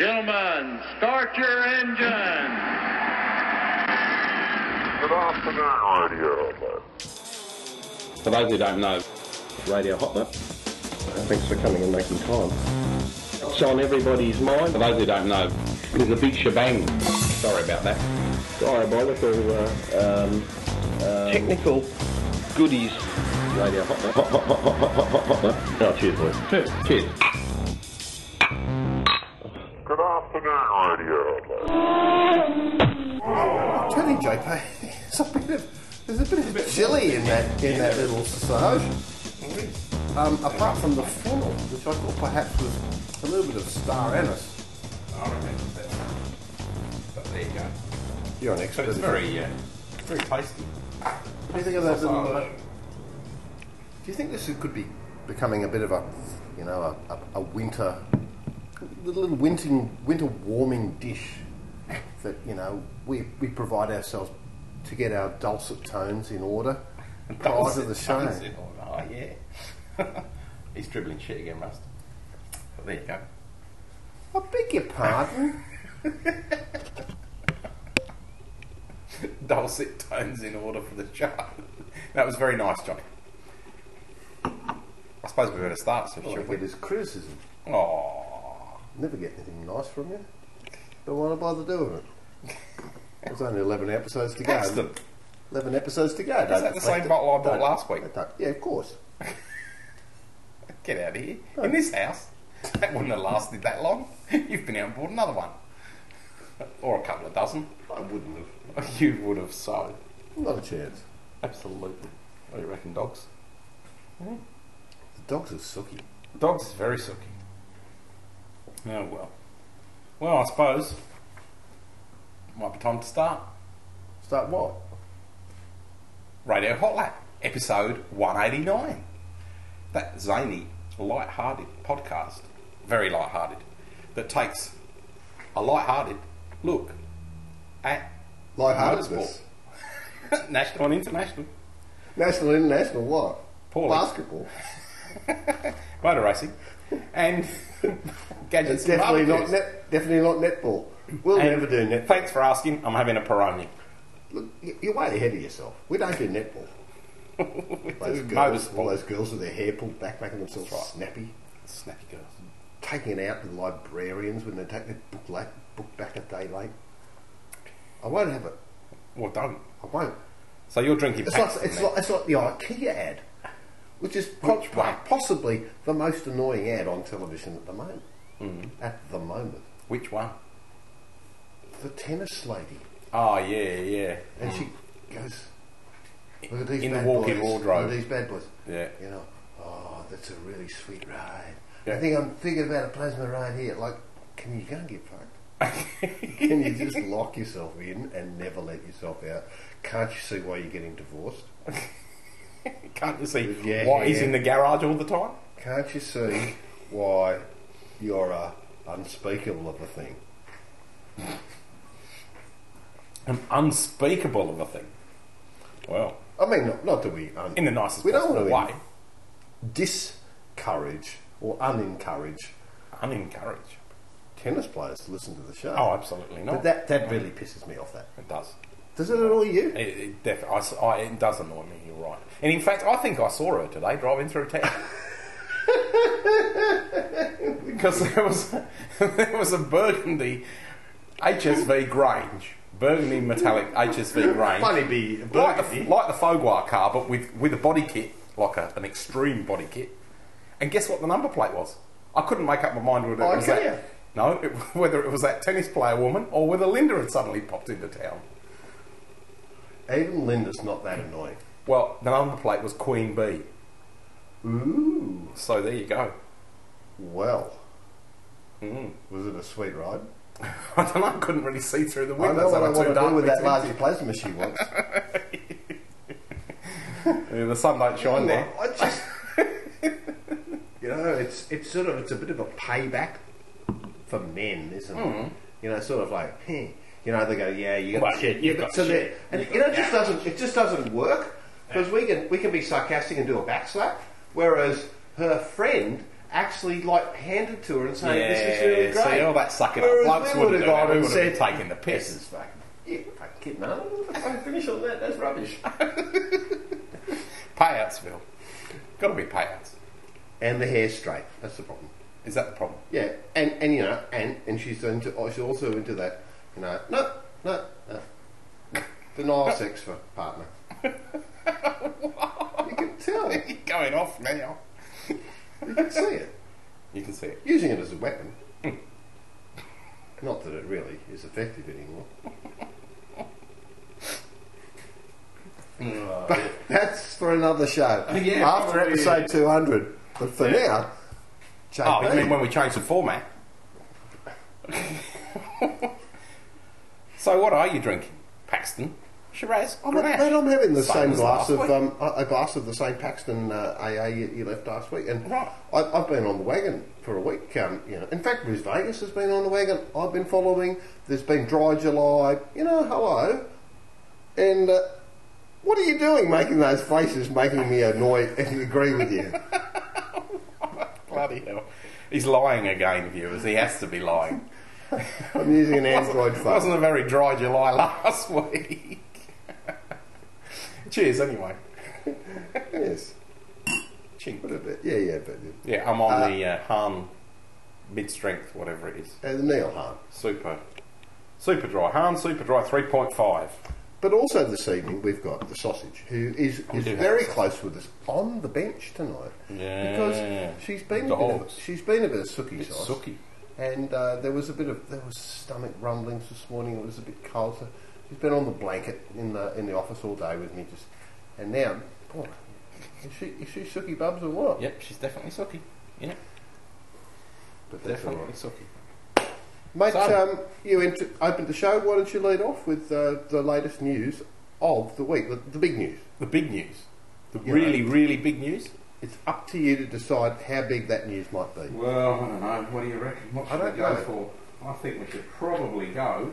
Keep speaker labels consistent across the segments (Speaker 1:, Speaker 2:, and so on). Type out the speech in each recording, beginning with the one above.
Speaker 1: Gentlemen, start your engines.
Speaker 2: Good afternoon, Radio.
Speaker 3: For those who don't know,
Speaker 4: Radio Hotler. Thanks for coming and making time. What's on everybody's mind?
Speaker 3: for those who don't know, there's a big shebang. Sorry about that.
Speaker 4: Diabolical uh, um, technical goodies. Radio Hotler. Hot, hot, hot, hot, hot, hot, Hotler. Oh, cheers, boys.
Speaker 3: Cheers.
Speaker 2: Good afternoon, Radio.
Speaker 5: Telling JP, there's a bit of there's a bit of chili in that in that little sausage. Um, apart from the fennel, which I thought perhaps was a little bit of star anise.
Speaker 6: I remember that. But there you go.
Speaker 5: You're an
Speaker 6: So
Speaker 5: expert.
Speaker 6: it's very, uh, very tasty.
Speaker 5: What do you think of that little?
Speaker 6: Uh,
Speaker 5: uh, do you think this could be becoming a bit of a, you know, a, a, a winter, little, little winter winter warming dish that you know we we provide ourselves to get our dulcet tones in order prior to the show.
Speaker 6: Oh, yeah. He's dribbling shit again, Rust. But there you go.
Speaker 5: I beg your pardon.
Speaker 6: Dulcet tones in order for the show. that was very nice, Johnny. I suppose we're going to start, so
Speaker 5: Well, I
Speaker 6: should
Speaker 5: get
Speaker 6: we?
Speaker 5: his criticism.
Speaker 6: Oh,
Speaker 5: Never get anything nice from you. Don't want to bother doing it. There's only 11 episodes to go.
Speaker 6: that's the
Speaker 5: 11 episodes to go.
Speaker 6: Is that the same bottle I bought last week?
Speaker 5: Yeah, of course.
Speaker 6: Get out of here. In this house. That wouldn't have lasted that long. You've been out and bought another one. Or a couple of dozen. I wouldn't have. You would have so.
Speaker 5: Not a chance.
Speaker 6: Absolutely. What do you reckon, dogs?
Speaker 5: The dogs are sooky.
Speaker 6: Dogs is very sooky. Oh well. Well, I suppose. Might be time to start.
Speaker 5: Start what?
Speaker 6: Radio Hot Lap, episode 189. That zany, light-hearted podcast, very light-hearted, that takes a light-hearted look at
Speaker 5: Lightheartedness.
Speaker 6: motorsport, national and international,
Speaker 5: National, international, what?
Speaker 6: Poorly.
Speaker 5: Basketball.
Speaker 6: motor racing, and gadgets.
Speaker 5: It's definitely
Speaker 6: and
Speaker 5: not,
Speaker 6: barbecues.
Speaker 5: net, definitely not netball. We'll
Speaker 6: And
Speaker 5: never do netball.
Speaker 6: Thanks for asking. I'm having a Peroni.
Speaker 5: Look, you- you're way ahead of yourself. We don't do netball. Those
Speaker 6: do
Speaker 5: girls,
Speaker 6: motorsport.
Speaker 5: all those girls with their hair pulled back, making themselves snappy.
Speaker 6: Snappy girls.
Speaker 5: taking it out with librarians when they take their book, late, book back a day late. I won't have it.
Speaker 6: Well, don't.
Speaker 5: I won't.
Speaker 6: So you're drinking.
Speaker 5: It's
Speaker 6: packs
Speaker 5: like,
Speaker 6: in
Speaker 5: it's,
Speaker 6: there.
Speaker 5: like, it's like the IKEA ad, which is po-
Speaker 6: Which one?
Speaker 5: possibly the most annoying ad on television at the moment.
Speaker 6: Mm-hmm.
Speaker 5: At the moment.
Speaker 6: Which one?
Speaker 5: The tennis lady.
Speaker 6: Oh yeah, yeah,
Speaker 5: And she goes, Look at these
Speaker 6: In the
Speaker 5: bad
Speaker 6: walk-in
Speaker 5: boys.
Speaker 6: wardrobe.
Speaker 5: Look at these bad boys.
Speaker 6: yeah.
Speaker 5: You know, oh, that's a really sweet ride.
Speaker 6: Yeah.
Speaker 5: I think I'm thinking about a plasma ride here. Like, can you go and get fucked? Can you just lock yourself in and never let yourself out? Can't you see why you're getting divorced?
Speaker 6: Can't you see
Speaker 5: Yeah,
Speaker 6: why he's
Speaker 5: yeah.
Speaker 6: in the garage all the time?
Speaker 5: Can't you see why you're a unspeakable of a thing?
Speaker 6: An unspeakable of a thing. Well,
Speaker 5: I mean, not, not that we un-
Speaker 6: in the nicest
Speaker 5: we don't
Speaker 6: possible
Speaker 5: want
Speaker 6: way,
Speaker 5: to discourage or unencourage
Speaker 6: unencouraged.
Speaker 5: tennis players to listen to the show.
Speaker 6: Oh, absolutely not.
Speaker 5: but that that really pisses me off. That
Speaker 6: it does.
Speaker 5: does it annoy you?
Speaker 6: It, it, def- I s I it does annoy me. You're right. And in fact, I think I saw her today driving through town. Because there was there was a burgundy HSV Grange, burgundy metallic HSV Grange.
Speaker 5: Funny be
Speaker 6: like
Speaker 5: burgundy.
Speaker 6: the, like the Fogwar car, but with, with a body kit, like a, an extreme body kit. And guess what the number plate was? I couldn't make up my mind whether
Speaker 5: Oh,
Speaker 6: it was
Speaker 5: okay.
Speaker 6: that. No, it, whether it was that tennis player woman or whether Linda had suddenly popped into town.
Speaker 5: Even Linda's not that annoying.
Speaker 6: Well, the number plate was Queen Bee.
Speaker 5: Ooh,
Speaker 6: So there you go.
Speaker 5: well, was it a sweet ride?
Speaker 6: I don't know. I couldn't really see through the
Speaker 5: I know
Speaker 6: windows.
Speaker 5: what I
Speaker 6: they were too
Speaker 5: want to
Speaker 6: dark.
Speaker 5: do with that large plasma she wants.
Speaker 6: Yeah, the sun don't shine there.
Speaker 5: I just, you know, it's it's sort of it's a bit of a payback for men, isn't it? You know, sort of like, eh, you know, they go, yeah, you got
Speaker 6: Hmm. Well,
Speaker 5: shit,
Speaker 6: you've got
Speaker 5: so
Speaker 6: shit.
Speaker 5: they- and you know, it just doesn't it just doesn't work because we can we can be sarcastic and do a backslap, whereas her friend
Speaker 7: actually like handed to her and saying, "This is
Speaker 6: Yeah,
Speaker 7: really great."
Speaker 6: See, all that sucking up.
Speaker 7: Whereas
Speaker 6: Blokes
Speaker 7: we
Speaker 6: would've
Speaker 7: would've
Speaker 6: done it.
Speaker 7: gone
Speaker 6: We
Speaker 7: and
Speaker 6: would've
Speaker 7: said,
Speaker 6: been taking the piss.
Speaker 7: "This is fucking, you fucking kid, man. What the fuck, Finish on that. That's rubbish."
Speaker 6: Payouts, Phil. Got to be payouts.
Speaker 7: and the hair's straight. That's the problem.
Speaker 6: Is that the problem?
Speaker 7: Yeah, and and you know, and and she's into oh, she's also into that, you know, no, no, no, denial sex for partner. you can tell, you
Speaker 6: You're going off now.
Speaker 7: can see it
Speaker 6: You can see it.
Speaker 7: using it as a weapon. Not that it really is effective anymore. but that's for another show.
Speaker 6: Yeah,
Speaker 7: After
Speaker 6: probably.
Speaker 7: episode two hundred, but for now,
Speaker 6: Oh,
Speaker 7: JP.
Speaker 6: I mean when we change the format. so what are you drinking, Paxton? Shiraz?
Speaker 7: I'm,
Speaker 6: Grenache?
Speaker 7: mate, I'm having the
Speaker 6: Same
Speaker 7: same
Speaker 6: as
Speaker 7: glass
Speaker 6: last
Speaker 7: of
Speaker 6: week.
Speaker 7: um, a a glass of the same Paxton uh, AA you, you left last week, and
Speaker 6: Right.
Speaker 7: I, I've been on the wagon for a week. Um, you know, in fact, Bruce Vegas has been on the wagon. I've been following. There's been dry July. You know, hello, and uh, what are you doing, making those faces, making me annoyed and agree with you?
Speaker 6: Bloody hell. He's lying again, viewers. He has to be lying.
Speaker 7: I'm using an Android
Speaker 6: It wasn't
Speaker 7: phone.
Speaker 6: a very dry July last week. Cheers, anyway.
Speaker 7: Yes,
Speaker 6: Chink.
Speaker 7: What a bit- yeah, yeah, but
Speaker 6: Yeah, I'm on
Speaker 7: Uh,
Speaker 6: the uh, Han mid strength, whatever it is.
Speaker 7: and uh, the Neil harm.
Speaker 6: Super. Super dry. Han Super Dry 3.5.
Speaker 7: But also this evening we've got the sausage, who is, is
Speaker 6: do
Speaker 7: very close with us on the bench tonight.
Speaker 6: Yeah.
Speaker 7: Because she's been a bit of,
Speaker 6: Dogs.
Speaker 7: she's been a bit of sookie sauce,
Speaker 6: Suki.
Speaker 7: and uh, there was a bit of there was stomach rumblings this morning. It was a bit cold, so she's been on the blanket in the in the office all day with me. Just and now, boy, is she is she sookie bubs or what?
Speaker 6: Yep, she's definitely Suki. Yep,
Speaker 7: but that's all
Speaker 6: definitely
Speaker 7: right.
Speaker 6: Suki.
Speaker 7: Mate,
Speaker 6: So-
Speaker 7: um, you ent- opened the show. Why don't you lead off with uh, the latest news of the week, the, the big news?
Speaker 6: The big news. The
Speaker 7: Yeah.
Speaker 6: really, really big news.
Speaker 7: It's up to you to decide how big that news might be.
Speaker 6: Well, I don't know. What do you reckon? What
Speaker 7: I don't know.
Speaker 6: for? I think we should probably go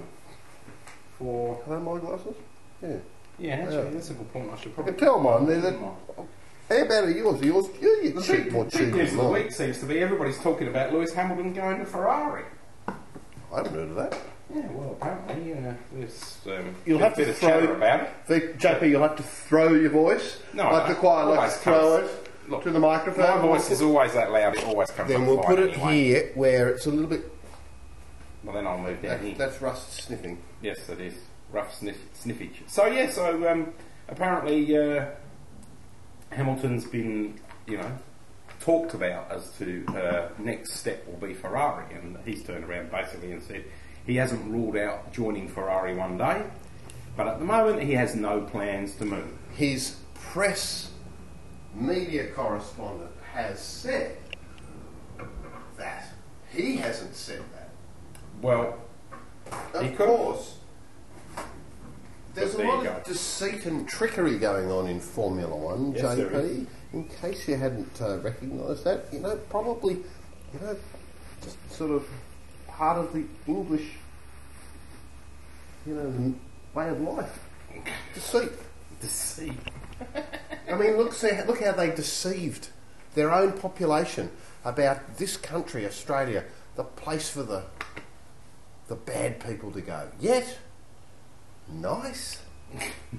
Speaker 6: for.
Speaker 7: Hello, my glasses? Yeah.
Speaker 6: Yeah, actually,
Speaker 7: Yeah.
Speaker 6: that's a good point. I should
Speaker 7: I
Speaker 6: probably.
Speaker 7: can tell mine there that.
Speaker 6: Mine.
Speaker 7: How about are yours? Are yours? You, you
Speaker 6: The
Speaker 7: cheap
Speaker 6: big,
Speaker 7: more
Speaker 6: big
Speaker 7: cheap
Speaker 6: news
Speaker 7: than
Speaker 6: of the
Speaker 7: mine.
Speaker 6: week seems to be everybody's talking about Lewis Hamilton going to Ferrari.
Speaker 7: I haven't heard of that.
Speaker 6: Yeah, well, apparently, uh, there's um, been
Speaker 7: You'll have
Speaker 6: a
Speaker 7: to
Speaker 6: bit of
Speaker 7: throw-
Speaker 6: chatter about it.
Speaker 7: The, JP, you'll have to throw your voice.
Speaker 6: No, I
Speaker 7: like the
Speaker 6: don't.
Speaker 7: choir like
Speaker 6: Always
Speaker 7: to throw
Speaker 6: comes-
Speaker 7: it
Speaker 6: Look,
Speaker 7: to the
Speaker 6: My
Speaker 7: microphone.
Speaker 6: voice is always that loud; it always comes.
Speaker 7: Then
Speaker 6: up
Speaker 7: we'll
Speaker 6: fine
Speaker 7: put it
Speaker 6: anyway.
Speaker 7: here where it's a little bit.
Speaker 6: Well, then I'll move down here.
Speaker 7: That, that's rust sniffing.
Speaker 6: Yes, that is rough sniff, sniffage. So yeah, so um, apparently uh, Hamilton's been, you know, talked about as to uh, next step will be Ferrari, and he's turned around basically and said he hasn't ruled out joining Ferrari one day, but at the moment he has no plans to move.
Speaker 7: His press media correspondent has said that. He hasn't said that.
Speaker 6: Well,
Speaker 7: Of
Speaker 6: He could.
Speaker 7: course. There's
Speaker 6: But
Speaker 7: a
Speaker 6: there
Speaker 7: lot
Speaker 6: you
Speaker 7: of
Speaker 6: go.
Speaker 7: deceit and trickery going on in Formula One,
Speaker 6: Yes, there is.
Speaker 7: JP. In case you hadn't uh, recognised that, you know, probably, you know, just sort of part of the English, you know, m- way of life. Deceit.
Speaker 6: to see.
Speaker 7: I mean, look, see- look how they deceived their own population about this country, Australia, the place for the the bad people to go. Yet, nice,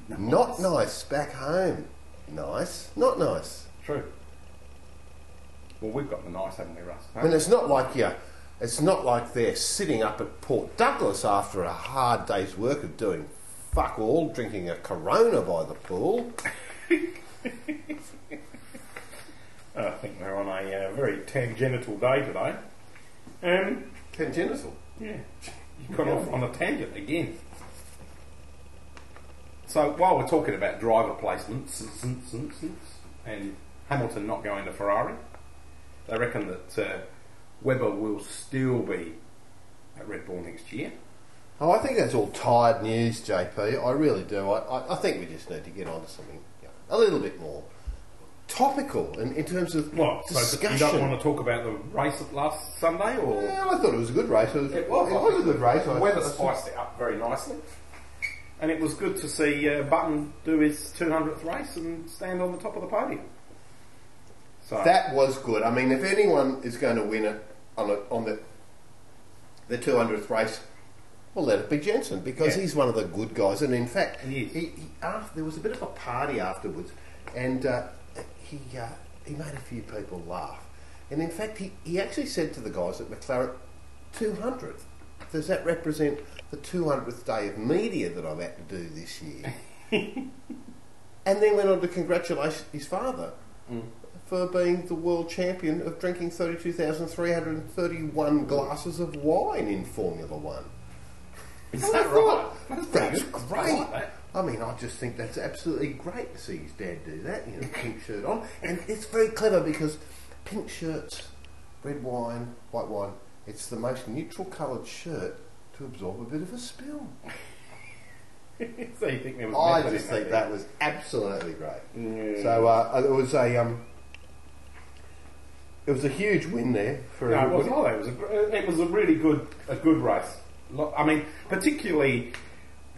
Speaker 7: not nice. Back home, nice, not nice.
Speaker 6: True. Well, we've got the nice, haven't we, Russ?
Speaker 7: I mean, it's not like you. It's not like they're sitting up at Port Douglas after a hard day's work of doing fuck all, drinking a Corona by the pool.
Speaker 6: I think we're on a uh, very tangential day today. Um,
Speaker 7: Congenital.
Speaker 6: Yeah, you've gone off on a tangent again. So while we're talking about driver placements and Hamilton not going to Ferrari, they reckon that uh, Webber will still be at Red Bull next year.
Speaker 7: Oh, I think that's all tired news, JP. I really do. I, I, I think we just need to get on to something you know, a little bit more topical in, in terms of
Speaker 6: What? So
Speaker 7: discussion.
Speaker 6: you don't want to talk about the race of last Sunday, or
Speaker 7: well, I thought it was a good race. It was, it
Speaker 6: I
Speaker 7: was a
Speaker 6: think.
Speaker 7: good race.
Speaker 6: The
Speaker 7: I-
Speaker 6: weather
Speaker 7: I-
Speaker 6: spiced it up very nicely, and it was good to see uh, Button do his 200th race and stand on the top of the podium. So
Speaker 7: That was good. I mean, if anyone is going to win it on, a, on the the 200th race, well, let it be Jensen because
Speaker 6: Yeah.
Speaker 7: he's one of the good guys. And in fact,
Speaker 6: He
Speaker 7: he,
Speaker 6: is.
Speaker 7: he, af- there was a bit of a party afterwards, and uh, he uh, he made a few people laugh. And in fact, he, he actually said to the guys at McLaren, 200th. Does that represent the 200th day of media that I've had to do this year? and then went on to congratulate his father
Speaker 6: Mm.
Speaker 7: for being the world champion of drinking 32,331 glasses of wine in Formula One.
Speaker 6: is that right?
Speaker 7: That's
Speaker 6: I
Speaker 7: great.
Speaker 6: like that.
Speaker 7: I mean, I just think that's absolutely great to see his dad do that, you know, pink shirt on. And it's very clever because pink shirts, red wine, white wine, it's the most neutral coloured shirt to absorb a bit of a spill.
Speaker 6: so you think there was
Speaker 7: I
Speaker 6: method
Speaker 7: just
Speaker 6: in
Speaker 7: think that was absolutely great.
Speaker 6: Yeah.
Speaker 7: So uh, it was a um, it was a huge win there for
Speaker 6: No, it
Speaker 7: everybody.
Speaker 6: wasn't all that. It was a, gr- it was a really good a good race. Lo- I mean, particularly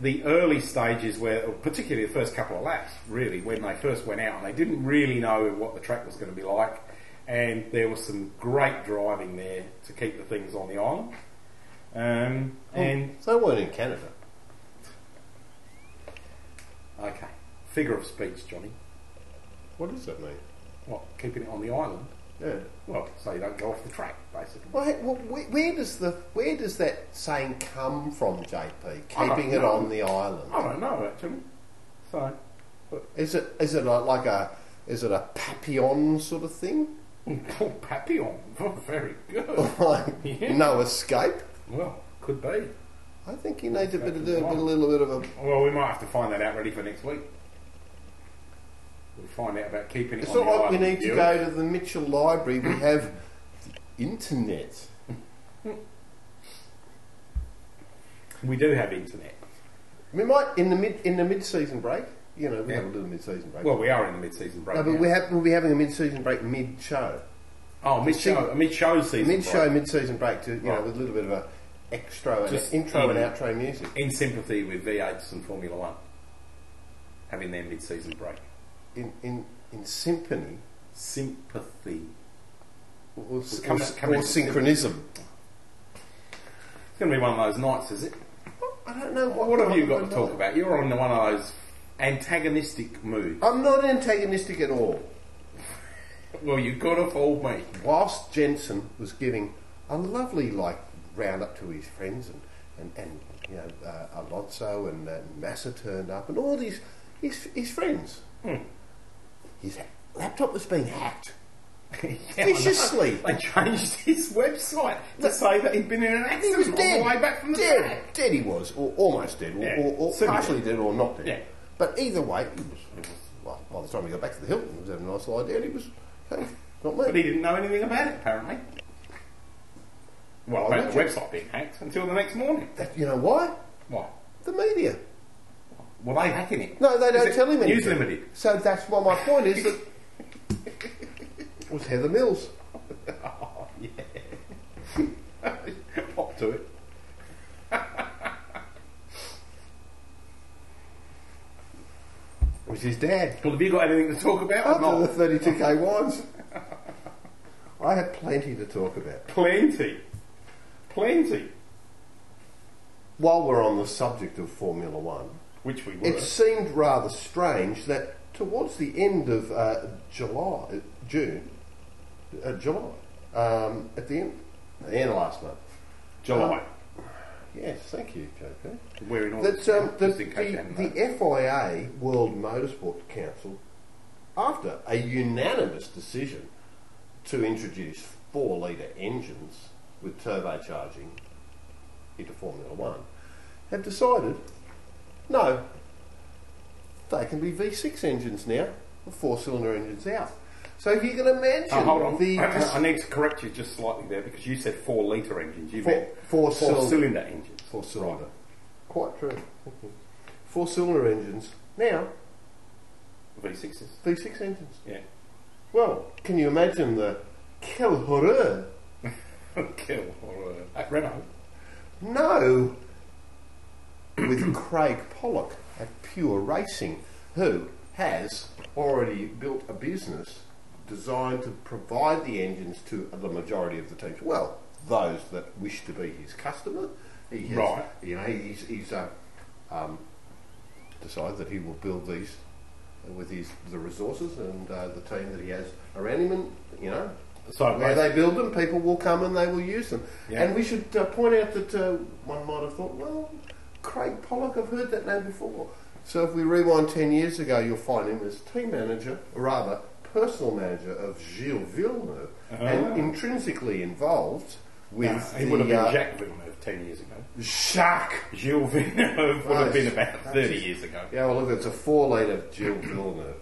Speaker 6: the early stages where, or particularly the first couple of laps, really, when they first went out and they didn't really know what the track was going to be like, and there was some great driving there to keep the things on the island. Um, and
Speaker 7: So they weren't in Canada.
Speaker 6: okay, figure of speech, Johnny.
Speaker 7: What does that mean?
Speaker 6: What keeping it on the island?
Speaker 7: Yeah.
Speaker 6: Well, so you don't go off the track, basically.
Speaker 7: Well, hey, well, where, where does the where does that saying come from, JP?
Speaker 6: I don't
Speaker 7: Keeping it
Speaker 6: know.
Speaker 7: on the island.
Speaker 6: I don't know actually. So
Speaker 7: Is it is it a, like a is it a papillon sort of thing?
Speaker 6: Paul Papillon, very good.
Speaker 7: Like
Speaker 6: Yeah.
Speaker 7: no escape.
Speaker 6: Well, could be.
Speaker 7: I think you need a bit of
Speaker 6: Escape is
Speaker 7: a,
Speaker 6: right.
Speaker 7: little bit of a.
Speaker 6: Well, we might have to find that out ready for next week. We'll find out about keeping it
Speaker 7: It's
Speaker 6: on
Speaker 7: not
Speaker 6: the
Speaker 7: like we
Speaker 6: island,
Speaker 7: need to
Speaker 6: you.
Speaker 7: go to the Mitchell Library. We have the internet.
Speaker 6: We do have internet.
Speaker 7: We might in the mid in the mid season break. You know, we
Speaker 6: Yeah.
Speaker 7: have a little mid season break.
Speaker 6: Well, we are in the mid-season break.
Speaker 7: no, but
Speaker 6: now.
Speaker 7: we have, we'll be having a mid season break mid show,
Speaker 6: oh mid-show, mid-show season.
Speaker 7: mid show,
Speaker 6: break.
Speaker 7: mid season break to you know
Speaker 6: Right.
Speaker 7: with a little bit of a extra and
Speaker 6: Just
Speaker 7: a intro
Speaker 6: in.
Speaker 7: and outro music.
Speaker 6: in sympathy with V8s and Formula One having their mid-season break.
Speaker 7: in in in symphony
Speaker 6: Sympathy.
Speaker 7: or, s-
Speaker 6: Come-
Speaker 7: or s-
Speaker 6: come
Speaker 7: or
Speaker 6: in-
Speaker 7: synchronism.
Speaker 6: It's going to be one of those nights, is it?
Speaker 7: I don't know what.
Speaker 6: What have you got to
Speaker 7: I'm
Speaker 6: talk
Speaker 7: not-
Speaker 6: about? You're on one of those antagonistic moods.
Speaker 7: I'm not antagonistic at all.
Speaker 6: Well, you got to fool me.
Speaker 7: Whilst Jensen was giving a lovely like round up to his friends and and, and you know uh, Alonso and uh, Massa turned up and all these his his friends.
Speaker 6: Hmm.
Speaker 7: His ha- laptop was being hacked.
Speaker 6: Yeah, I know.
Speaker 7: Viciously.
Speaker 6: They changed his website to say that he'd been in an
Speaker 7: He
Speaker 6: accident
Speaker 7: was
Speaker 6: on
Speaker 7: dead.
Speaker 6: the way back from the
Speaker 7: dead.
Speaker 6: track.
Speaker 7: Dead he was, or almost dead, or,
Speaker 6: Yeah.
Speaker 7: or, or
Speaker 6: Certainly
Speaker 7: partially dead. or not dead.
Speaker 6: Yeah.
Speaker 7: But either way, he was, he was, well, by the time he got back to the hill, he was having a nice lie down. He was, hey, not me.
Speaker 6: But he didn't know anything about it, apparently. Well,
Speaker 7: Why
Speaker 6: about the
Speaker 7: would you?
Speaker 6: website being hacked until the next morning.
Speaker 7: That- you know why?
Speaker 6: Why?
Speaker 7: The media.
Speaker 6: Were they hacking it?
Speaker 7: No, they
Speaker 6: Is
Speaker 7: don't
Speaker 6: it
Speaker 7: tell him anything.
Speaker 6: News Limited.
Speaker 7: So that's why my point is that it was Heather Mills.
Speaker 6: Pop to it.
Speaker 7: It was his dad.
Speaker 6: Well, have you got anything to talk about?
Speaker 7: After
Speaker 6: Not
Speaker 7: the 32k wines. I had plenty to talk about.
Speaker 6: Plenty. Plenty.
Speaker 7: While we're on the subject of Formula One,
Speaker 6: Which we were.
Speaker 7: It seemed rather strange that towards the end of uh, July, uh, June, uh, July, um, at the end, the end of last month.
Speaker 6: July.
Speaker 7: Yes, thank you, JP.
Speaker 6: we're in August.
Speaker 7: uh, That um, the,
Speaker 6: just in case you hadn't
Speaker 7: the, the FIA World Motorsport Council, after a unanimous decision to introduce four-litre engines with turbocharging into Formula One, have decided no, they can be V6 engines now, the four-cylinder engines out. So if you can imagine
Speaker 6: Oh, hold on.
Speaker 7: the
Speaker 6: I, I need to correct you just slightly there because you said four litre engines. You
Speaker 7: Four-
Speaker 6: meant
Speaker 7: four
Speaker 6: cylinder.
Speaker 7: cylinder.
Speaker 6: engines.
Speaker 7: four cylinder. Quite true. Thank you. Four cylinder engines. Now,
Speaker 6: V6s.
Speaker 7: V6 engines.
Speaker 6: Yeah.
Speaker 7: Well, can you imagine the quel horreur?
Speaker 6: Kill or uh, at Renault.
Speaker 7: No! With Craig Pollock at Pure Racing, who has already built a business
Speaker 5: designed to provide the engines to the majority of the teams. Well, those that wish to be his customer. He has,
Speaker 6: Right.
Speaker 5: You know, he's, he's uh, um, decided that he will build these with his the resources and uh, the team that he has around him, and you know.
Speaker 6: So
Speaker 5: Where
Speaker 6: basi-
Speaker 5: they build them, people will come and they will use them.
Speaker 6: Yeah.
Speaker 5: And we should uh, point out that uh, one might have thought, well, Craig Pollock, I've heard that name before. So if we rewind 10 years ago, you'll find him as team manager, or rather, personal manager of Gilles Villeneuve,
Speaker 6: Ah.
Speaker 5: and intrinsically involved with
Speaker 6: No, he
Speaker 5: the,
Speaker 6: would have been
Speaker 5: uh,
Speaker 6: Jack Villeneuve ten years ago.
Speaker 5: Jacques.
Speaker 6: Gilles Villeneuve would have
Speaker 5: Right.
Speaker 6: been about thirty years ago.
Speaker 5: Yeah, well, look, it's a four litre Gilles Villeneuve.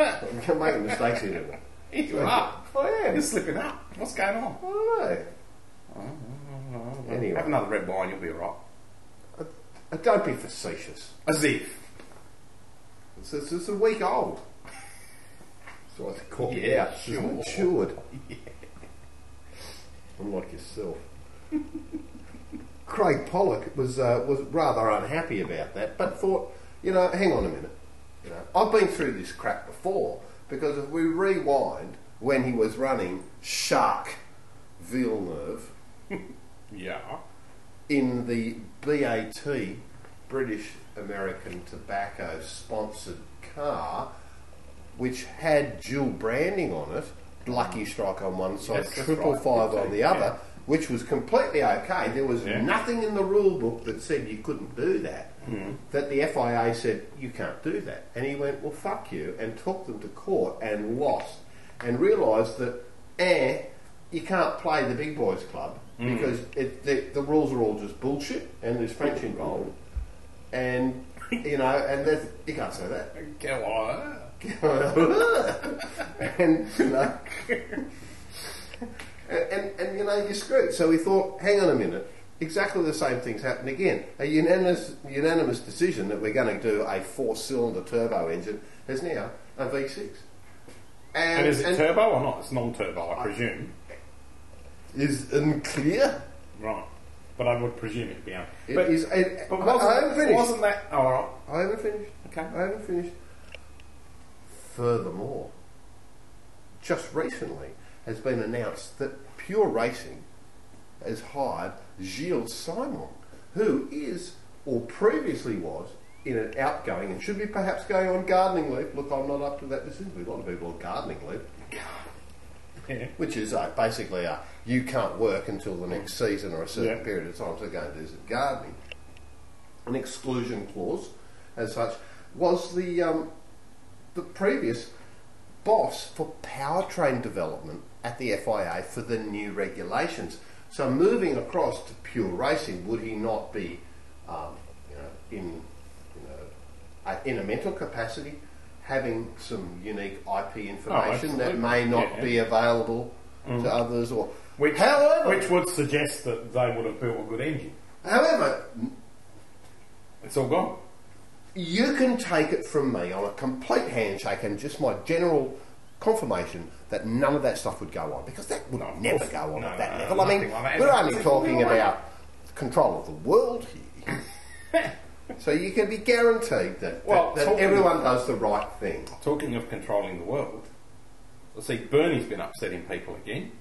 Speaker 5: I'm making mistakes here, don't I?
Speaker 6: You are.
Speaker 5: I am.
Speaker 6: You're oh, slipping up. What's going on?
Speaker 5: I don't know. Anyway.
Speaker 6: Have another red wine, you'll be alright.
Speaker 5: Uh, Don't be facetious.
Speaker 6: As if.
Speaker 5: It's, it's, it's a week old. So I had to call it
Speaker 6: Yeah,
Speaker 5: out.
Speaker 6: sure.
Speaker 5: She's matured. Unlike yourself. Craig Pollock was uh, was rather unhappy about that, but thought, you know, hang on a minute. You know, I've been through this crap before because if we rewind when he was running Shark Villeneuve
Speaker 6: Yeah.
Speaker 5: in the BAT British American Tobacco sponsored car, which had dual branding on it, Lucky Strike on one side,
Speaker 6: Mm. Yes, that's
Speaker 5: Triple
Speaker 6: right.
Speaker 5: Five on the other,
Speaker 6: Yeah.
Speaker 5: which was completely okay. There was
Speaker 6: Yeah.
Speaker 5: nothing in the rule book that said you couldn't do that.
Speaker 6: Mm.
Speaker 5: That the FIA said you can't do that, and he went, "Well, fuck you," and took them to court and lost, and realised that, eh, you can't play the big boys club
Speaker 6: Mm.
Speaker 5: because it, the, the rules are all just bullshit, and there's French involved, and you know, and that's, you can't say that.
Speaker 6: Go on.
Speaker 5: and you know, and, and, and you know you're screwed. So we thought, hang on a minute, exactly the same things happened again. A unanimous unanimous decision that we're going to do a four cylinder turbo engine is now a V6.
Speaker 6: And is it turbo or not? It's non turbo, I presume.
Speaker 5: is unclear.
Speaker 6: Right. But I would presume it'd be out.
Speaker 5: It
Speaker 6: but
Speaker 5: is- it-
Speaker 6: but
Speaker 5: I-
Speaker 6: wasn't,
Speaker 5: I haven't finished.
Speaker 6: wasn't that. Alright.
Speaker 5: I haven't finished.
Speaker 6: Okay.
Speaker 5: I haven't finished. Furthermore, just recently has been announced that Pure Racing has hired Gilles Simon, who is or previously was in an outgoing and should be perhaps going on gardening leave. Look, I'm not up to that. There's a lot of people on gardening leave,
Speaker 6: Yeah.
Speaker 5: which is uh, basically uh, you can't work until the next season or a certain
Speaker 6: Yeah.
Speaker 5: period of time to go and do some gardening. An exclusion clause, as such, was the um, the previous boss for powertrain development at the FIA for the new regulations. So moving across to pure racing, would he not be, um, you know, in you know, uh, in a mental capacity, having some unique IP information that
Speaker 6: absolutely.
Speaker 5: may not
Speaker 6: Yeah. Mm.
Speaker 5: be available to others, or
Speaker 6: Which,
Speaker 5: however,
Speaker 6: which would suggest that they would have built a good engine.
Speaker 5: however,
Speaker 6: It's all gone.
Speaker 5: You can take it from me on a complete handshake and just my general confirmation that none of that stuff would go on because that would
Speaker 6: No, of
Speaker 5: never
Speaker 6: course.
Speaker 5: go on
Speaker 6: No,
Speaker 5: at that
Speaker 6: no,
Speaker 5: level. I mean,
Speaker 6: nothing like that.
Speaker 5: we're
Speaker 6: It's-
Speaker 5: only
Speaker 6: it's
Speaker 5: talking
Speaker 6: all right.
Speaker 5: about control of the world here. so you can be guaranteed that, that,
Speaker 6: Well,
Speaker 5: that
Speaker 6: talking-
Speaker 5: everyone does the right thing.
Speaker 6: Talking of controlling the world, well, see, Bernie's been upsetting people again.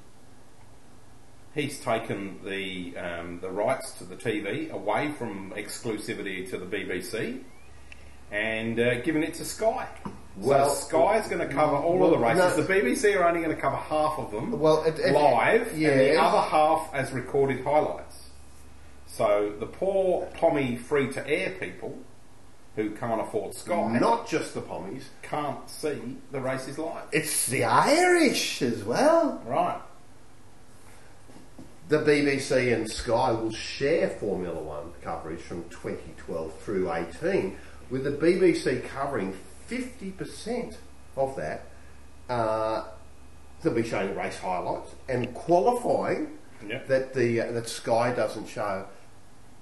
Speaker 6: He's taken the um, the rights to the TV away from exclusivity to the BBC and uh, given it to Sky.
Speaker 5: Well-
Speaker 6: so Sky's going to cover all of the
Speaker 5: Well,
Speaker 6: races.
Speaker 5: no.
Speaker 6: the BBC are only going to cover half of them
Speaker 5: Well, it- it-
Speaker 6: live, and the
Speaker 5: yes.
Speaker 6: other half as recorded highlights. So the poor Tommy free to air people who can't afford Sky
Speaker 5: Not just the pommies.
Speaker 6: can't see the races live.
Speaker 5: It's the Irish as well.
Speaker 6: Right.
Speaker 5: The BBC and Sky will share Formula One coverage from 2012 through 18, with the BBC covering 50% of that. Uh, they'll be showing race highlights and qualifying
Speaker 6: Yep.
Speaker 5: that the uh, that Sky doesn't show.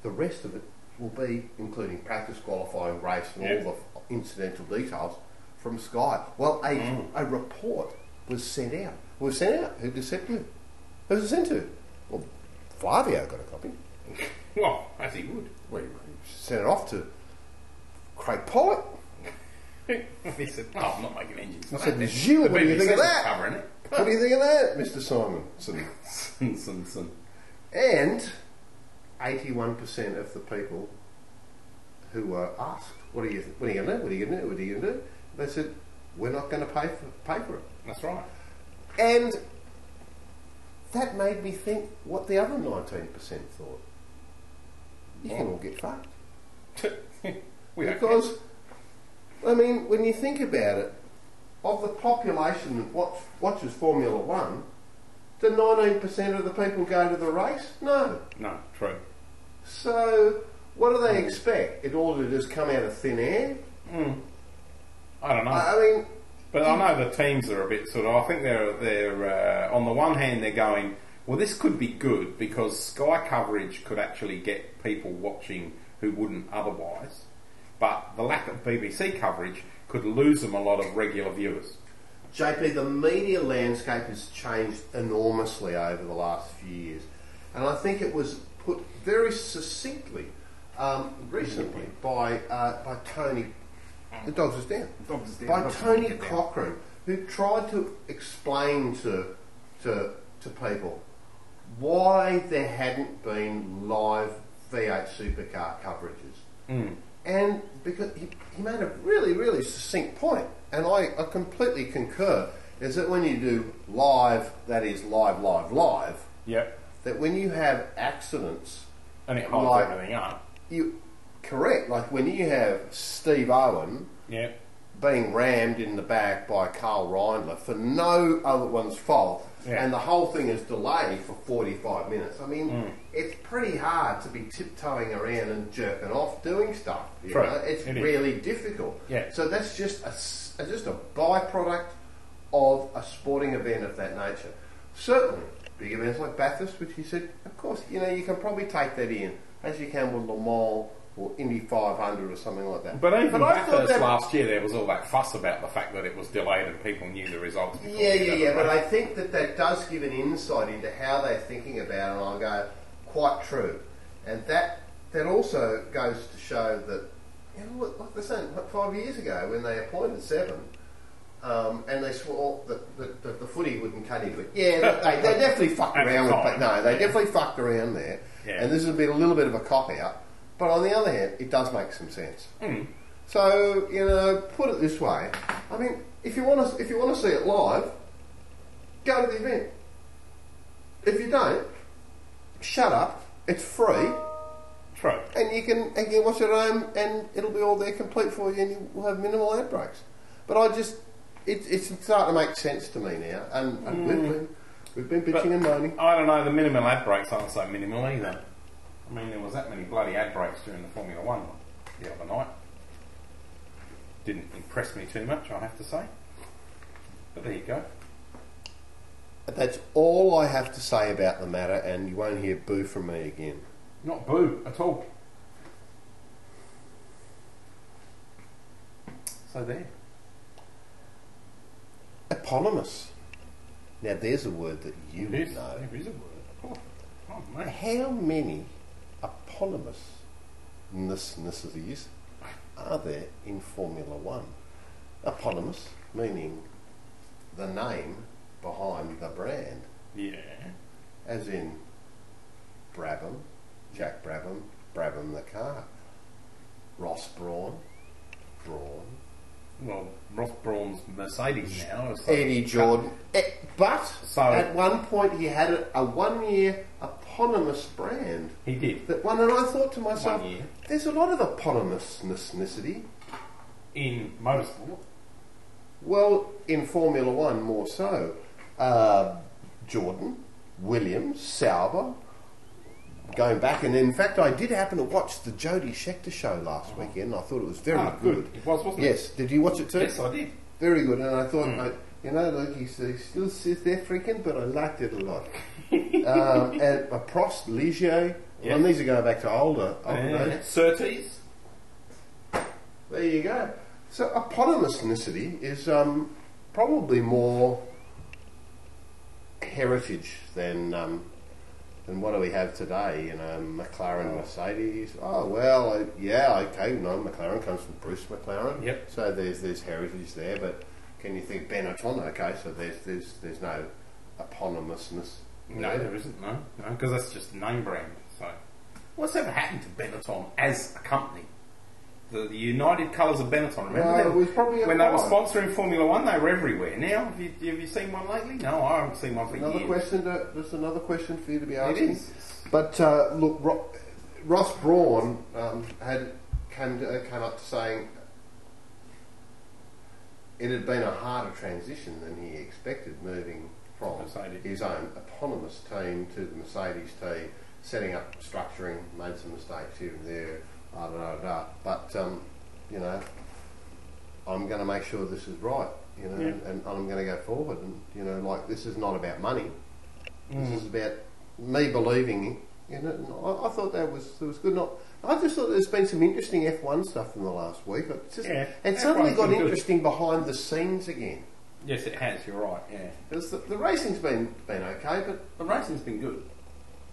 Speaker 5: The rest of it will be including practice qualifying, race, and
Speaker 6: Yep.
Speaker 5: all the f- incidental details from Sky. Well, a, a report was sent out. Was sent out. Who did it sent to? Who was it sent to? Well, Flavio got a copy.
Speaker 6: Well, as he would.
Speaker 5: Well, he sent it off to Craig Pollock.
Speaker 6: he said, "No, I'm not making engines." I
Speaker 5: said, "Gee, what do you think of that?"
Speaker 6: Covering it.
Speaker 5: What do you think of that, Mr. Simonson?
Speaker 6: Sin, sin, sin.
Speaker 5: And 81% of the people who were asked, "What are you? What are you going to do? What are you going to do? What are you going to do?" They said, "We're not going to pay for pay for it."
Speaker 6: That's right.
Speaker 5: And that made me think what the other 19% thought. You can all get fucked.
Speaker 6: we don't care.
Speaker 5: Because, I mean, when you think about it, of the population that watch, watches Formula One, do 19% of the people go to the race? No.
Speaker 6: No, true.
Speaker 5: So, what do they expect? It all to just come out of thin air?
Speaker 6: I don't know.
Speaker 5: I I mean,
Speaker 6: But I know the teams are a bit sort of. I think they're they're uh, on the one hand they're going well. This could be good because Sky coverage could actually get people watching who wouldn't otherwise. But the lack of BBC coverage could lose them a lot of regular viewers.
Speaker 5: JP, the media landscape has changed enormously over the last few years, and I think it was put very succinctly um, recently by uh, by Tony. The dogs is down.
Speaker 6: Dogs is down.
Speaker 5: By
Speaker 6: Dogs
Speaker 5: Tony
Speaker 6: is down.
Speaker 5: Cochrane, who tried to explain to to to people why there hadn't been live V8 supercar coverages. And because he, he made a really, really succinct point, and I, I completely concur, is that when you do live, that is live, live, live,
Speaker 6: Yep.
Speaker 5: that when you have accidents,
Speaker 6: And it holds
Speaker 5: Like-
Speaker 6: everything up.
Speaker 5: you correct, like when you have Steve Owen
Speaker 6: Yeah.
Speaker 5: being rammed in the back by Carl Reindler for no other one's fault,
Speaker 6: Yeah.
Speaker 5: and the whole thing is delayed for 45 minutes. I mean,
Speaker 6: Hmm.
Speaker 5: it's pretty hard to be tiptoeing around and jerking off doing stuff. You
Speaker 6: True.
Speaker 5: know? It's
Speaker 6: It is.
Speaker 5: really difficult.
Speaker 6: Yeah.
Speaker 5: So that's just a, s- uh, just a byproduct of a sporting event of that nature. Certainly, big events like Bathurst, which you said, of course, you know, you can probably take that in as you can with Le Mans or Indy 500 or something like that.
Speaker 6: But even
Speaker 5: I thought
Speaker 6: Bathurst
Speaker 5: that-
Speaker 6: last year, there was all that fuss about the fact that it was delayed and people knew the results. before
Speaker 5: Yeah,
Speaker 6: the
Speaker 5: yeah,
Speaker 6: other
Speaker 5: yeah. But
Speaker 6: race.
Speaker 5: I think that that does give an insight into how they're thinking about it. And I go, quite true. And that that also goes to show that, you know, look, like the same like five years ago when they appointed seven. Um, and they swore that the, the, the footy wouldn't cut into it. Yeah, they, they definitely fucked
Speaker 6: At the
Speaker 5: around with but
Speaker 6: time.
Speaker 5: No, they definitely fucked around there.
Speaker 6: Yeah.
Speaker 5: And this has been a little bit of a cop out. But on the other hand, it does make some sense. So you know, put it this way. I mean, if you want to, if you want to see it live, go to the event. If you don't, shut up. It's free,
Speaker 6: true.
Speaker 5: and you can and you can watch it at home, and it'll be all there complete for you, and you will have minimal ad breaks. But I just, it, it's starting to make sense to me now, and, and we've been we've been bitching and moaning.
Speaker 6: I don't know. The minimal ad breaks aren't so minimal either. I mean, there was that many bloody ad breaks during the Formula One the other night. Didn't impress me too much, I have to say. But there you go.
Speaker 5: That's all I have to say about the matter, and you won't hear boo from me again.
Speaker 6: Not boo at all. So there.
Speaker 5: Eponymous. Now, there's a word that you
Speaker 6: It
Speaker 5: would
Speaker 6: is.
Speaker 5: know.
Speaker 6: There is a word. Oh, oh mate.
Speaker 5: How many eponymous-necessities are there in Formula One? Eponymous, meaning the name behind the brand,
Speaker 6: Yeah.
Speaker 5: as in Brabham, Jack Brabham, Brabham the car, Ross Brawn, Brawn,
Speaker 6: Well, Ross Braun's Mercedes now. is like-
Speaker 5: Eddie Jordan. Eh, But
Speaker 6: So-
Speaker 5: at one point he had a, a one-year eponymous brand
Speaker 6: He did.
Speaker 5: that one, and I thought to myself,
Speaker 6: One year.
Speaker 5: there's a lot of eponymousnessity.
Speaker 6: In motorsport.
Speaker 5: Well, in Formula One, more so. Uh, Jordan, Williams, Sauber. Going back, and in fact, I did happen to watch the Jody Scheckter show last weekend. I thought it was very
Speaker 6: Ah,
Speaker 5: good.
Speaker 6: good. It was, wasn't it?
Speaker 5: Yes. Did you watch it too?
Speaker 6: Yes, I did.
Speaker 5: Very good, and I thought, like, you know, like he's, he's still South African, but I liked it a lot. um, and uh, Prost, Ligier,
Speaker 6: Yeah.
Speaker 5: and these are going back to older, older
Speaker 6: And
Speaker 5: days.
Speaker 6: Surtees.
Speaker 5: There you go. So eponymousnicity is um, probably more heritage than um,
Speaker 7: And what do we have today? You know, McLaren, Mercedes. Oh well, I, yeah, okay. No, McLaren comes from Bruce McLaren.
Speaker 6: Yep.
Speaker 7: So there's there's heritage there, but can you think Benetton? Okay, so there's there's there's no eponymousness.
Speaker 6: No, there isn't. No, no, because that's just a name brand. So, what's ever happened to Benetton as a company? The, the United Colours of Benetton. Remember
Speaker 7: No,
Speaker 6: them?
Speaker 7: it was probably a
Speaker 6: when they were
Speaker 7: lie.
Speaker 6: sponsoring Formula One, they were everywhere. Now, have you, have you seen one lately? No, I haven't seen one for
Speaker 7: Another
Speaker 6: years.
Speaker 7: question. To, that's another question for you to be asking.
Speaker 6: It is.
Speaker 7: But uh, look, Ro- Ross Brawn um, had came, uh, came up to saying it had been a harder transition than he expected, moving from
Speaker 6: Mercedes.
Speaker 7: his own eponymous team to the Mercedes team, setting up, structuring, made some mistakes here and there, da da da. da. But um, you know, I'm going to make sure this is right, you know, and, and I'm going to go forward, and you know, like this is not about money.
Speaker 6: Mm.
Speaker 7: This is about me believing in it. And I, I thought that was that was good. Not, I just thought there's been some interesting F1 stuff in the last week. It's just,
Speaker 6: Yeah,
Speaker 7: it suddenly
Speaker 6: F1's
Speaker 7: got
Speaker 6: been good.
Speaker 7: interesting behind the scenes again.
Speaker 6: Yes, it has. You're right. Yeah,
Speaker 7: 'Cause the, the racing's been been okay, but
Speaker 6: the racing's been good.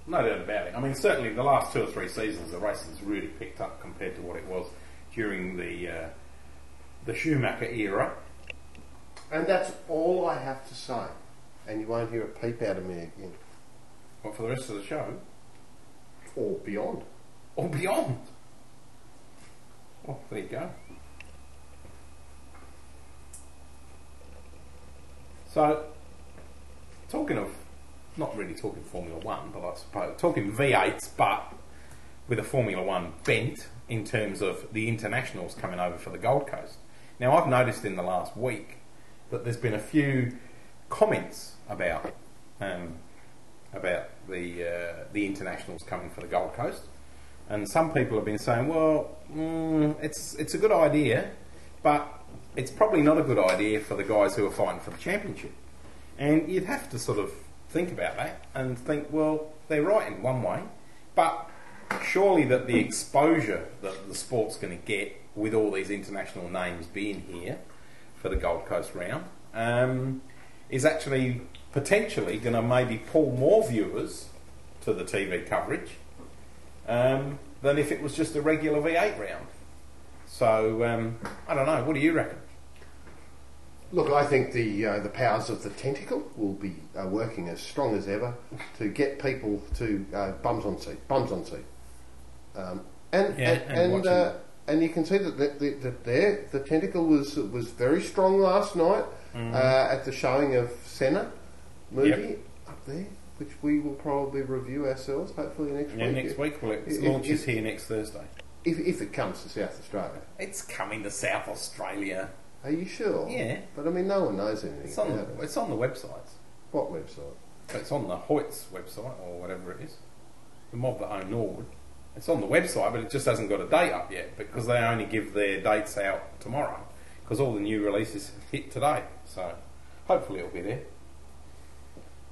Speaker 6: No doubt about it. I mean, certainly the last two or three seasons, the racing's really picked up compared to what it was during the uh, the Schumacher era.
Speaker 7: and that's all I have to say. And you won't hear a peep out of me again
Speaker 6: Well, for the rest of the show,
Speaker 7: or beyond.
Speaker 6: or beyond. Well, there you go. So, talking of, not really talking Formula One, but I suppose, talking V8s, but with a Formula One bent in terms of the internationals coming over for the Gold Coast. Now, I've noticed in the last week that there's been a few comments about um, about the uh, the internationals coming for the Gold Coast, and some people have been saying, "Well, mm, it's it's a good idea, but it's probably not a good idea for the guys who are fighting for the championship." And you'd have to sort of think about that and think, "Well, they're right in one way, but surely that the exposure that the sport's going to get with all these international names being here for the Gold Coast round." Um, is actually potentially going to maybe pull more viewers to the TV coverage um, than if it was just a regular V8 round. So um, I don't know. What do you reckon?
Speaker 7: Look, I think the uh, the powers of the tentacle will be uh, working as strong as ever to get people to uh, bums on seat, bums on seat, um, and,
Speaker 6: Yeah,
Speaker 7: and
Speaker 6: and
Speaker 7: and
Speaker 6: watching.
Speaker 7: uh, and you can see that that the, that there the tentacle was was very strong last night uh, at the showing of Senna movie
Speaker 6: Mm-hmm. Yep.
Speaker 7: up there, which we will probably review ourselves hopefully next
Speaker 6: Yeah,
Speaker 7: week.
Speaker 6: next week. Well, it
Speaker 7: If-
Speaker 6: launches
Speaker 7: if-
Speaker 6: here next Thursday.
Speaker 7: if, if it comes to South Australia.
Speaker 6: It's coming to South Australia.
Speaker 7: Are you sure?
Speaker 6: Yeah.
Speaker 7: but I mean, no one knows anything
Speaker 6: It's on
Speaker 7: about
Speaker 6: the,
Speaker 7: it.
Speaker 6: it's on the websites.
Speaker 7: What website?
Speaker 6: It's on the Hoyts website or whatever it is. The mob that own Norwood. It's on the website, but it just hasn't got a date up yet because they only give their dates out tomorrow because all the new releases hit today. So hopefully it'll be there.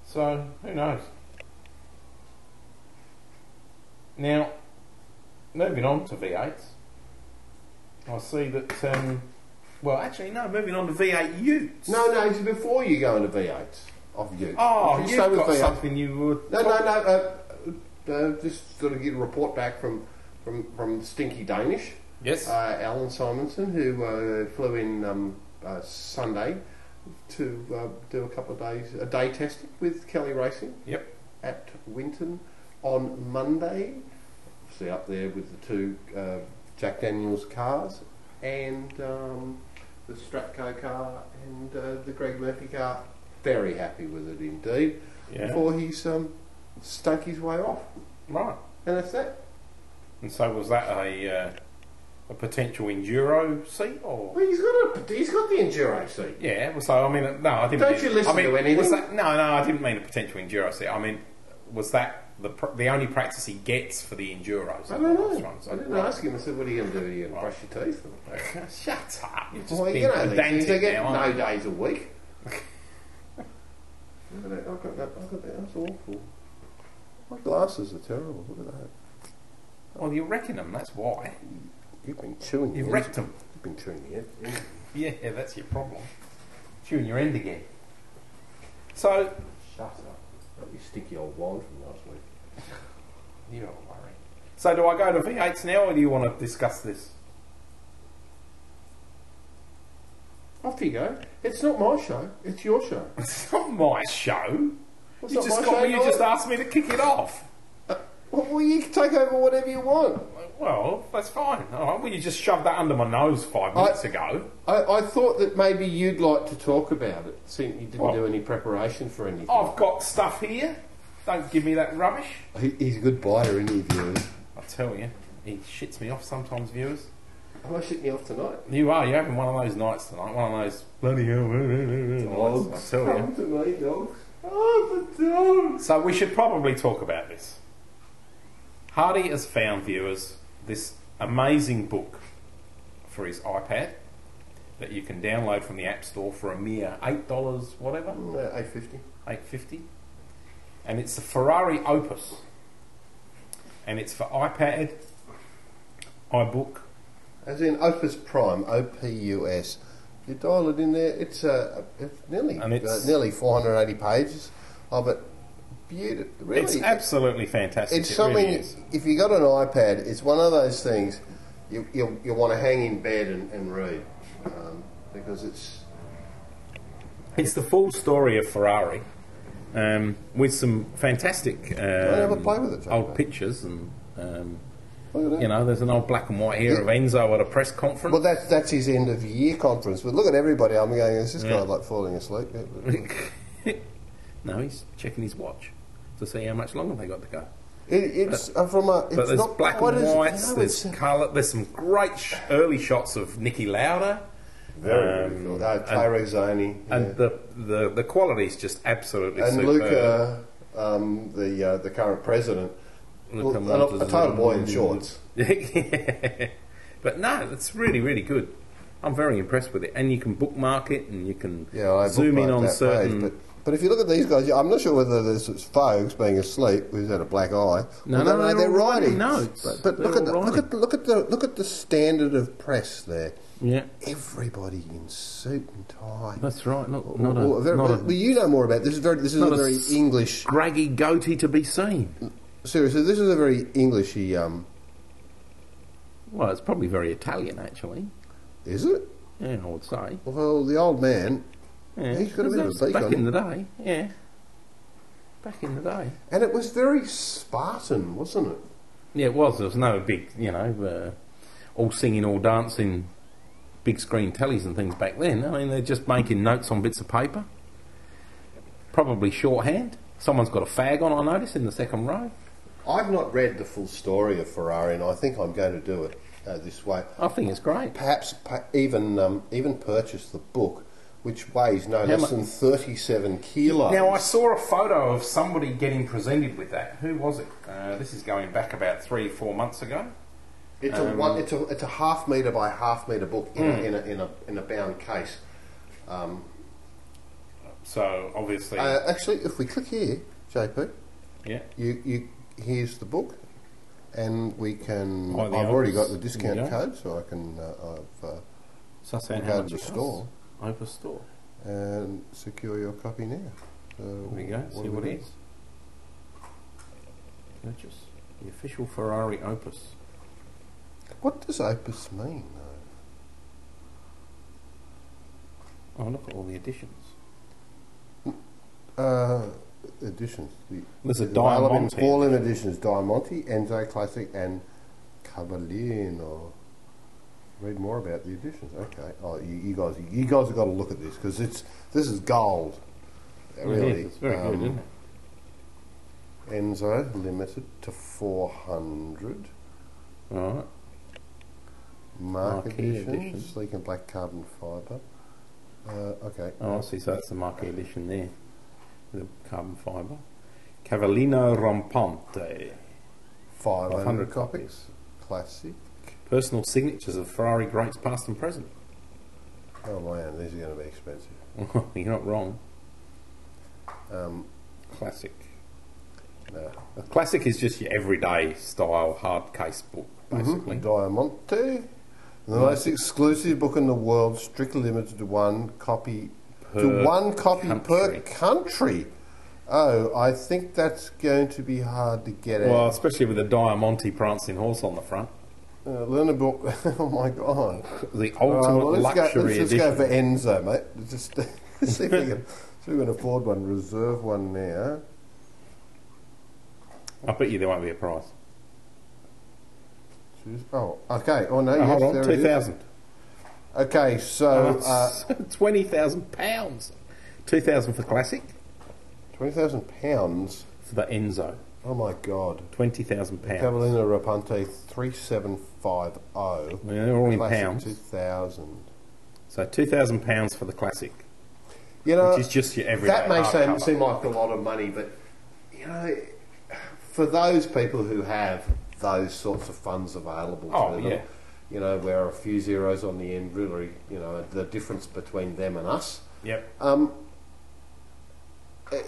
Speaker 6: So who knows? Now, moving on to V8s, I see that. Um, well, actually, no. Moving on to V8 Utes.
Speaker 7: No, no, it's before you go into V8 of you.
Speaker 6: Oh,
Speaker 7: If
Speaker 6: you've
Speaker 7: you stay with
Speaker 6: got
Speaker 7: V8
Speaker 6: something you would.
Speaker 7: No, no, no. Uh, uh, just got to get a report back from from, from Stinky Danish,
Speaker 6: Yes.
Speaker 7: uh, Alan Simonson, who uh, flew in um, uh, Sunday to uh, do a couple of days, a day testing with Kelly Racing
Speaker 6: yep.
Speaker 7: at Winton on Monday. Obviously, up there with the two uh, Jack Daniels cars and um, the Stratco car and uh, the Greg Murphy car. Very happy with it indeed.
Speaker 6: Yeah.
Speaker 7: Before he's um, stunk his way off,
Speaker 6: Right.
Speaker 7: and that's that.
Speaker 6: And so was that a uh, a potential enduro seat or?
Speaker 7: Well, he's got a, he's got the enduro seat.
Speaker 6: Yeah. well, So I mean, uh, no, I didn't.
Speaker 7: Don't
Speaker 6: mean-
Speaker 7: you listen
Speaker 6: I mean,
Speaker 7: to anything?
Speaker 6: Was that, no, no, I didn't mean a potential enduro seat. I mean, was that the pr- the only practice he gets for the enduros?
Speaker 7: I
Speaker 6: at
Speaker 7: don't
Speaker 6: the last
Speaker 7: know.
Speaker 6: round?
Speaker 7: I didn't ask him. I said, "What are you going to do? Are you going to brush your teeth?"
Speaker 6: Shut up! You're just
Speaker 7: Well,
Speaker 6: being
Speaker 7: you know, these
Speaker 6: pedantic
Speaker 7: things, they get
Speaker 6: now,
Speaker 7: no
Speaker 6: aren't you?
Speaker 7: days a week. Look at that, I've got that, I've got that, that's awful. My glasses are terrible, look at that.
Speaker 6: Well, you're wrecking them. That's why
Speaker 7: You've been chewing
Speaker 6: you've
Speaker 7: the
Speaker 6: wrecked
Speaker 7: end.
Speaker 6: them.
Speaker 7: You've been chewing the end.
Speaker 6: Yeah, that's your problem. Chewing your end again. So
Speaker 7: Shut up. That you sticky old wine from last week.
Speaker 6: You're a worry. So do I go to V8s now, or do you want to discuss this?
Speaker 7: Off you go. It's not my show. It's your show.
Speaker 6: It's not my show.
Speaker 7: Well, it's
Speaker 6: You
Speaker 7: not
Speaker 6: just,
Speaker 7: my
Speaker 6: got
Speaker 7: show,
Speaker 6: me, you
Speaker 7: no.
Speaker 6: just asked me to kick it off.
Speaker 7: Well, you can take over whatever you want.
Speaker 6: Well, that's fine. All right. Well, you just shoved that under my nose five
Speaker 7: I-
Speaker 6: minutes ago.
Speaker 7: I, I thought that maybe you'd like to talk about it, since you didn't
Speaker 6: What?
Speaker 7: do any preparation for anything.
Speaker 6: I've got stuff here. Don't give me that rubbish.
Speaker 7: Oh, He, he's a good biter, any viewers.
Speaker 6: I tell you, he shits me off sometimes, viewers.
Speaker 7: Am Oh, I shitting you off tonight?
Speaker 6: You are. You're having one of those nights tonight. One of those bloody hell.
Speaker 7: Oh,
Speaker 6: nights, I tell you.
Speaker 7: to me, dog. Oh, the dog.
Speaker 6: So we should probably talk about this. Hardy has found viewers this amazing book for his iPad that you can download from the App Store for a mere eight dollars, whatever,
Speaker 7: Mm, Eight fifty.
Speaker 6: eight fifty, and it's the Ferrari Opus, and it's for iPad, iBook,
Speaker 7: As in Opus Prime, O P U S. You dial it in there. It's, uh, it's nearly
Speaker 6: And it's-
Speaker 7: uh, nearly four hundred eighty pages of it. Beautiful. Really,
Speaker 6: It's absolutely fantastic.
Speaker 7: it's
Speaker 6: it
Speaker 7: something.
Speaker 6: Really is.
Speaker 7: if you got an iPad, it's one of those things you you, you want to hang in bed and, and read um, because it's
Speaker 6: It's the full story of Ferrari, um, with some fantastic um,
Speaker 7: have a play with it, don't
Speaker 6: old
Speaker 7: they?
Speaker 6: pictures and. Um,
Speaker 7: look at that.
Speaker 6: you know, there's an old black and white here of Enzo at a press conference.
Speaker 7: Well, that's that's his end of year conference. But look at everybody. I'm going. This is kind of like falling asleep.
Speaker 6: no, he's checking his watch to see how much longer they got to go.
Speaker 7: It, it's uh, from a. It's
Speaker 6: But there's
Speaker 7: not
Speaker 6: black
Speaker 7: quite
Speaker 6: and
Speaker 7: as-
Speaker 6: whites.
Speaker 7: no,
Speaker 6: there's
Speaker 7: it's-
Speaker 6: colour. There's some great sh- early shots of Nicky Lauda.
Speaker 7: very
Speaker 6: um,
Speaker 7: beautiful. Uh, Tyro Zani yeah.
Speaker 6: And the, the the quality is just absolutely
Speaker 7: and
Speaker 6: superb.
Speaker 7: Luca, um, the uh, the current president, well,
Speaker 6: Luca
Speaker 7: a, a
Speaker 6: Montes-
Speaker 7: total boy in shorts.
Speaker 6: but no, it's really, really good. I'm very impressed with it. And you can bookmark it and you can
Speaker 7: Yeah, I
Speaker 6: zoom in
Speaker 7: bookmarked
Speaker 6: on
Speaker 7: that
Speaker 6: certain.
Speaker 7: page, but, but if you look at these guys, yeah, I'm not sure whether this is Fogues being asleep who's had a black eye.
Speaker 6: No, no,
Speaker 7: Well,
Speaker 6: they're
Speaker 7: they're
Speaker 6: all writing
Speaker 7: writing
Speaker 6: notes.
Speaker 7: But, but
Speaker 6: They're
Speaker 7: look at the,
Speaker 6: all
Speaker 7: look at look at the look at the standard of press there.
Speaker 6: yeah,
Speaker 7: Everybody in suit and tie.
Speaker 6: that's right. Not,
Speaker 7: Or-
Speaker 6: not,
Speaker 7: or
Speaker 6: a,
Speaker 7: a very-
Speaker 6: not a
Speaker 7: well, you know more about this. Is very, this is
Speaker 6: not
Speaker 7: a
Speaker 6: a
Speaker 7: very
Speaker 6: s-
Speaker 7: English.
Speaker 6: scraggy goatee to be seen.
Speaker 7: Seriously, this is a very Englishy. Um,
Speaker 6: Well, it's probably very Italian, actually.
Speaker 7: is it?
Speaker 6: Yeah, I would say.
Speaker 7: Well, the old man,
Speaker 6: Yeah.
Speaker 7: He's got a bit of a
Speaker 6: That's Back
Speaker 7: beak on
Speaker 6: in
Speaker 7: him.
Speaker 6: the day, yeah. Back in the day.
Speaker 7: and it was very Spartan, wasn't it?
Speaker 6: Yeah, it was. There was no big, you know, uh, all singing, all dancing, big screen tellies and things back then. I mean, they're just making notes on bits of paper, probably shorthand. Someone's got a fag on, I notice, in the second row.
Speaker 7: I've not read the full story of Ferrari, and I think I'm going to do it uh, this way.
Speaker 6: I think it's great.
Speaker 7: Perhaps pa- even um, even purchase the book, which weighs no
Speaker 6: How
Speaker 7: less
Speaker 6: mu-
Speaker 7: than 37 kilos.
Speaker 6: Now, I saw a photo of somebody getting presented with that. Who was it? Uh, this is going back about three, four months ago.
Speaker 7: It's a one, it's a it's a half meter by half meter book in,
Speaker 6: Hmm.
Speaker 7: a, in, a, in a in a bound case.
Speaker 6: So, obviously.
Speaker 7: Uh, actually, if we click here, JP,
Speaker 6: yeah.
Speaker 7: You, you here's the book, and we can.
Speaker 6: Buy the
Speaker 7: I've already
Speaker 6: Opus.
Speaker 7: got the discount
Speaker 6: There you go.
Speaker 7: code, so I can. Uh, I've uh,
Speaker 6: So, saying
Speaker 7: Go
Speaker 6: how
Speaker 7: to
Speaker 6: much
Speaker 7: the
Speaker 6: it costs.
Speaker 7: store.
Speaker 6: Opus store.
Speaker 7: and secure your copy now. So
Speaker 6: There we go.
Speaker 7: what
Speaker 6: See
Speaker 7: do
Speaker 6: what
Speaker 7: we
Speaker 6: it
Speaker 7: do?
Speaker 6: is. Purchase the official Ferrari Opus.
Speaker 7: What does Opus mean? though?
Speaker 6: Oh, look at all the additions.
Speaker 7: Uh, editions. The,
Speaker 6: There's a
Speaker 7: they're available in
Speaker 6: Diamante.
Speaker 7: All in editions: Diamante, Enzo Classic, and Cavallino. Read more about the editions. Okay. Oh, you, you guys, you guys have got to look at this because it's this is gold. Really,
Speaker 6: It's very good,
Speaker 7: Um,
Speaker 6: isn't it?
Speaker 7: Enzo limited to 400.
Speaker 6: All right.
Speaker 7: Mark
Speaker 6: Marquee
Speaker 7: edition,
Speaker 6: edition.
Speaker 7: sleek and black carbon fibre. Uh, okay.
Speaker 6: Oh, I see. So that's the marquee edition there. The carbon fibre. Cavallino Rompante.
Speaker 7: 500,
Speaker 6: 500
Speaker 7: copies.
Speaker 6: copies.
Speaker 7: Classic.
Speaker 6: Personal signatures of Ferrari greats past and present.
Speaker 7: Oh man, these are going to be expensive.
Speaker 6: You're not wrong.
Speaker 7: Um,
Speaker 6: Classic. Uh,
Speaker 7: no.
Speaker 6: A classic is just your everyday style hard case book, basically.
Speaker 7: Diamante. The most exclusive book in the world, strictly limited to one copy,
Speaker 6: Per
Speaker 7: to one copy per
Speaker 6: country.
Speaker 7: country. Oh, I think that's going to be hard to get at.
Speaker 6: Well, especially with a Diamante prancing horse on the front.
Speaker 7: Uh, Lernabook, oh my god.
Speaker 6: The
Speaker 7: All
Speaker 6: ultimate
Speaker 7: right, Uh, well, let's go,
Speaker 6: luxury
Speaker 7: let's just
Speaker 6: edition.
Speaker 7: go for Enzo, mate. Let's Just see if we can see if we can afford one. Reserve one now.
Speaker 6: I bet you there won't be a price.
Speaker 7: Choose- Oh, okay. Oh no,
Speaker 6: Oh,
Speaker 7: yes,
Speaker 6: hold on,
Speaker 7: there it
Speaker 6: two
Speaker 7: is.
Speaker 6: thousand. Oh,
Speaker 7: Okay, so uh,
Speaker 6: Twenty thousand pounds. Two thousand for classic
Speaker 7: twenty thousand pounds.
Speaker 6: for the Enzo.
Speaker 7: Oh my god.
Speaker 6: Twenty thousand pounds.
Speaker 7: Cavallino Rapante three seven five oh.
Speaker 6: Yeah, they're all in pounds.
Speaker 7: Two thousand.
Speaker 6: So two thousand pounds for the classic.
Speaker 7: You know,
Speaker 6: Which is just your everyday
Speaker 7: That may seem,
Speaker 6: hardcover.
Speaker 7: seem like a lot of money, but you know, for those people who have those sorts of funds available
Speaker 6: Oh,
Speaker 7: to them,
Speaker 6: yeah.
Speaker 7: you know, where a few zeros on the end really, you know, the difference between them and us.
Speaker 6: Yep.
Speaker 7: Um, eh,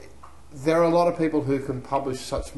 Speaker 7: there are a lot of people who can publish such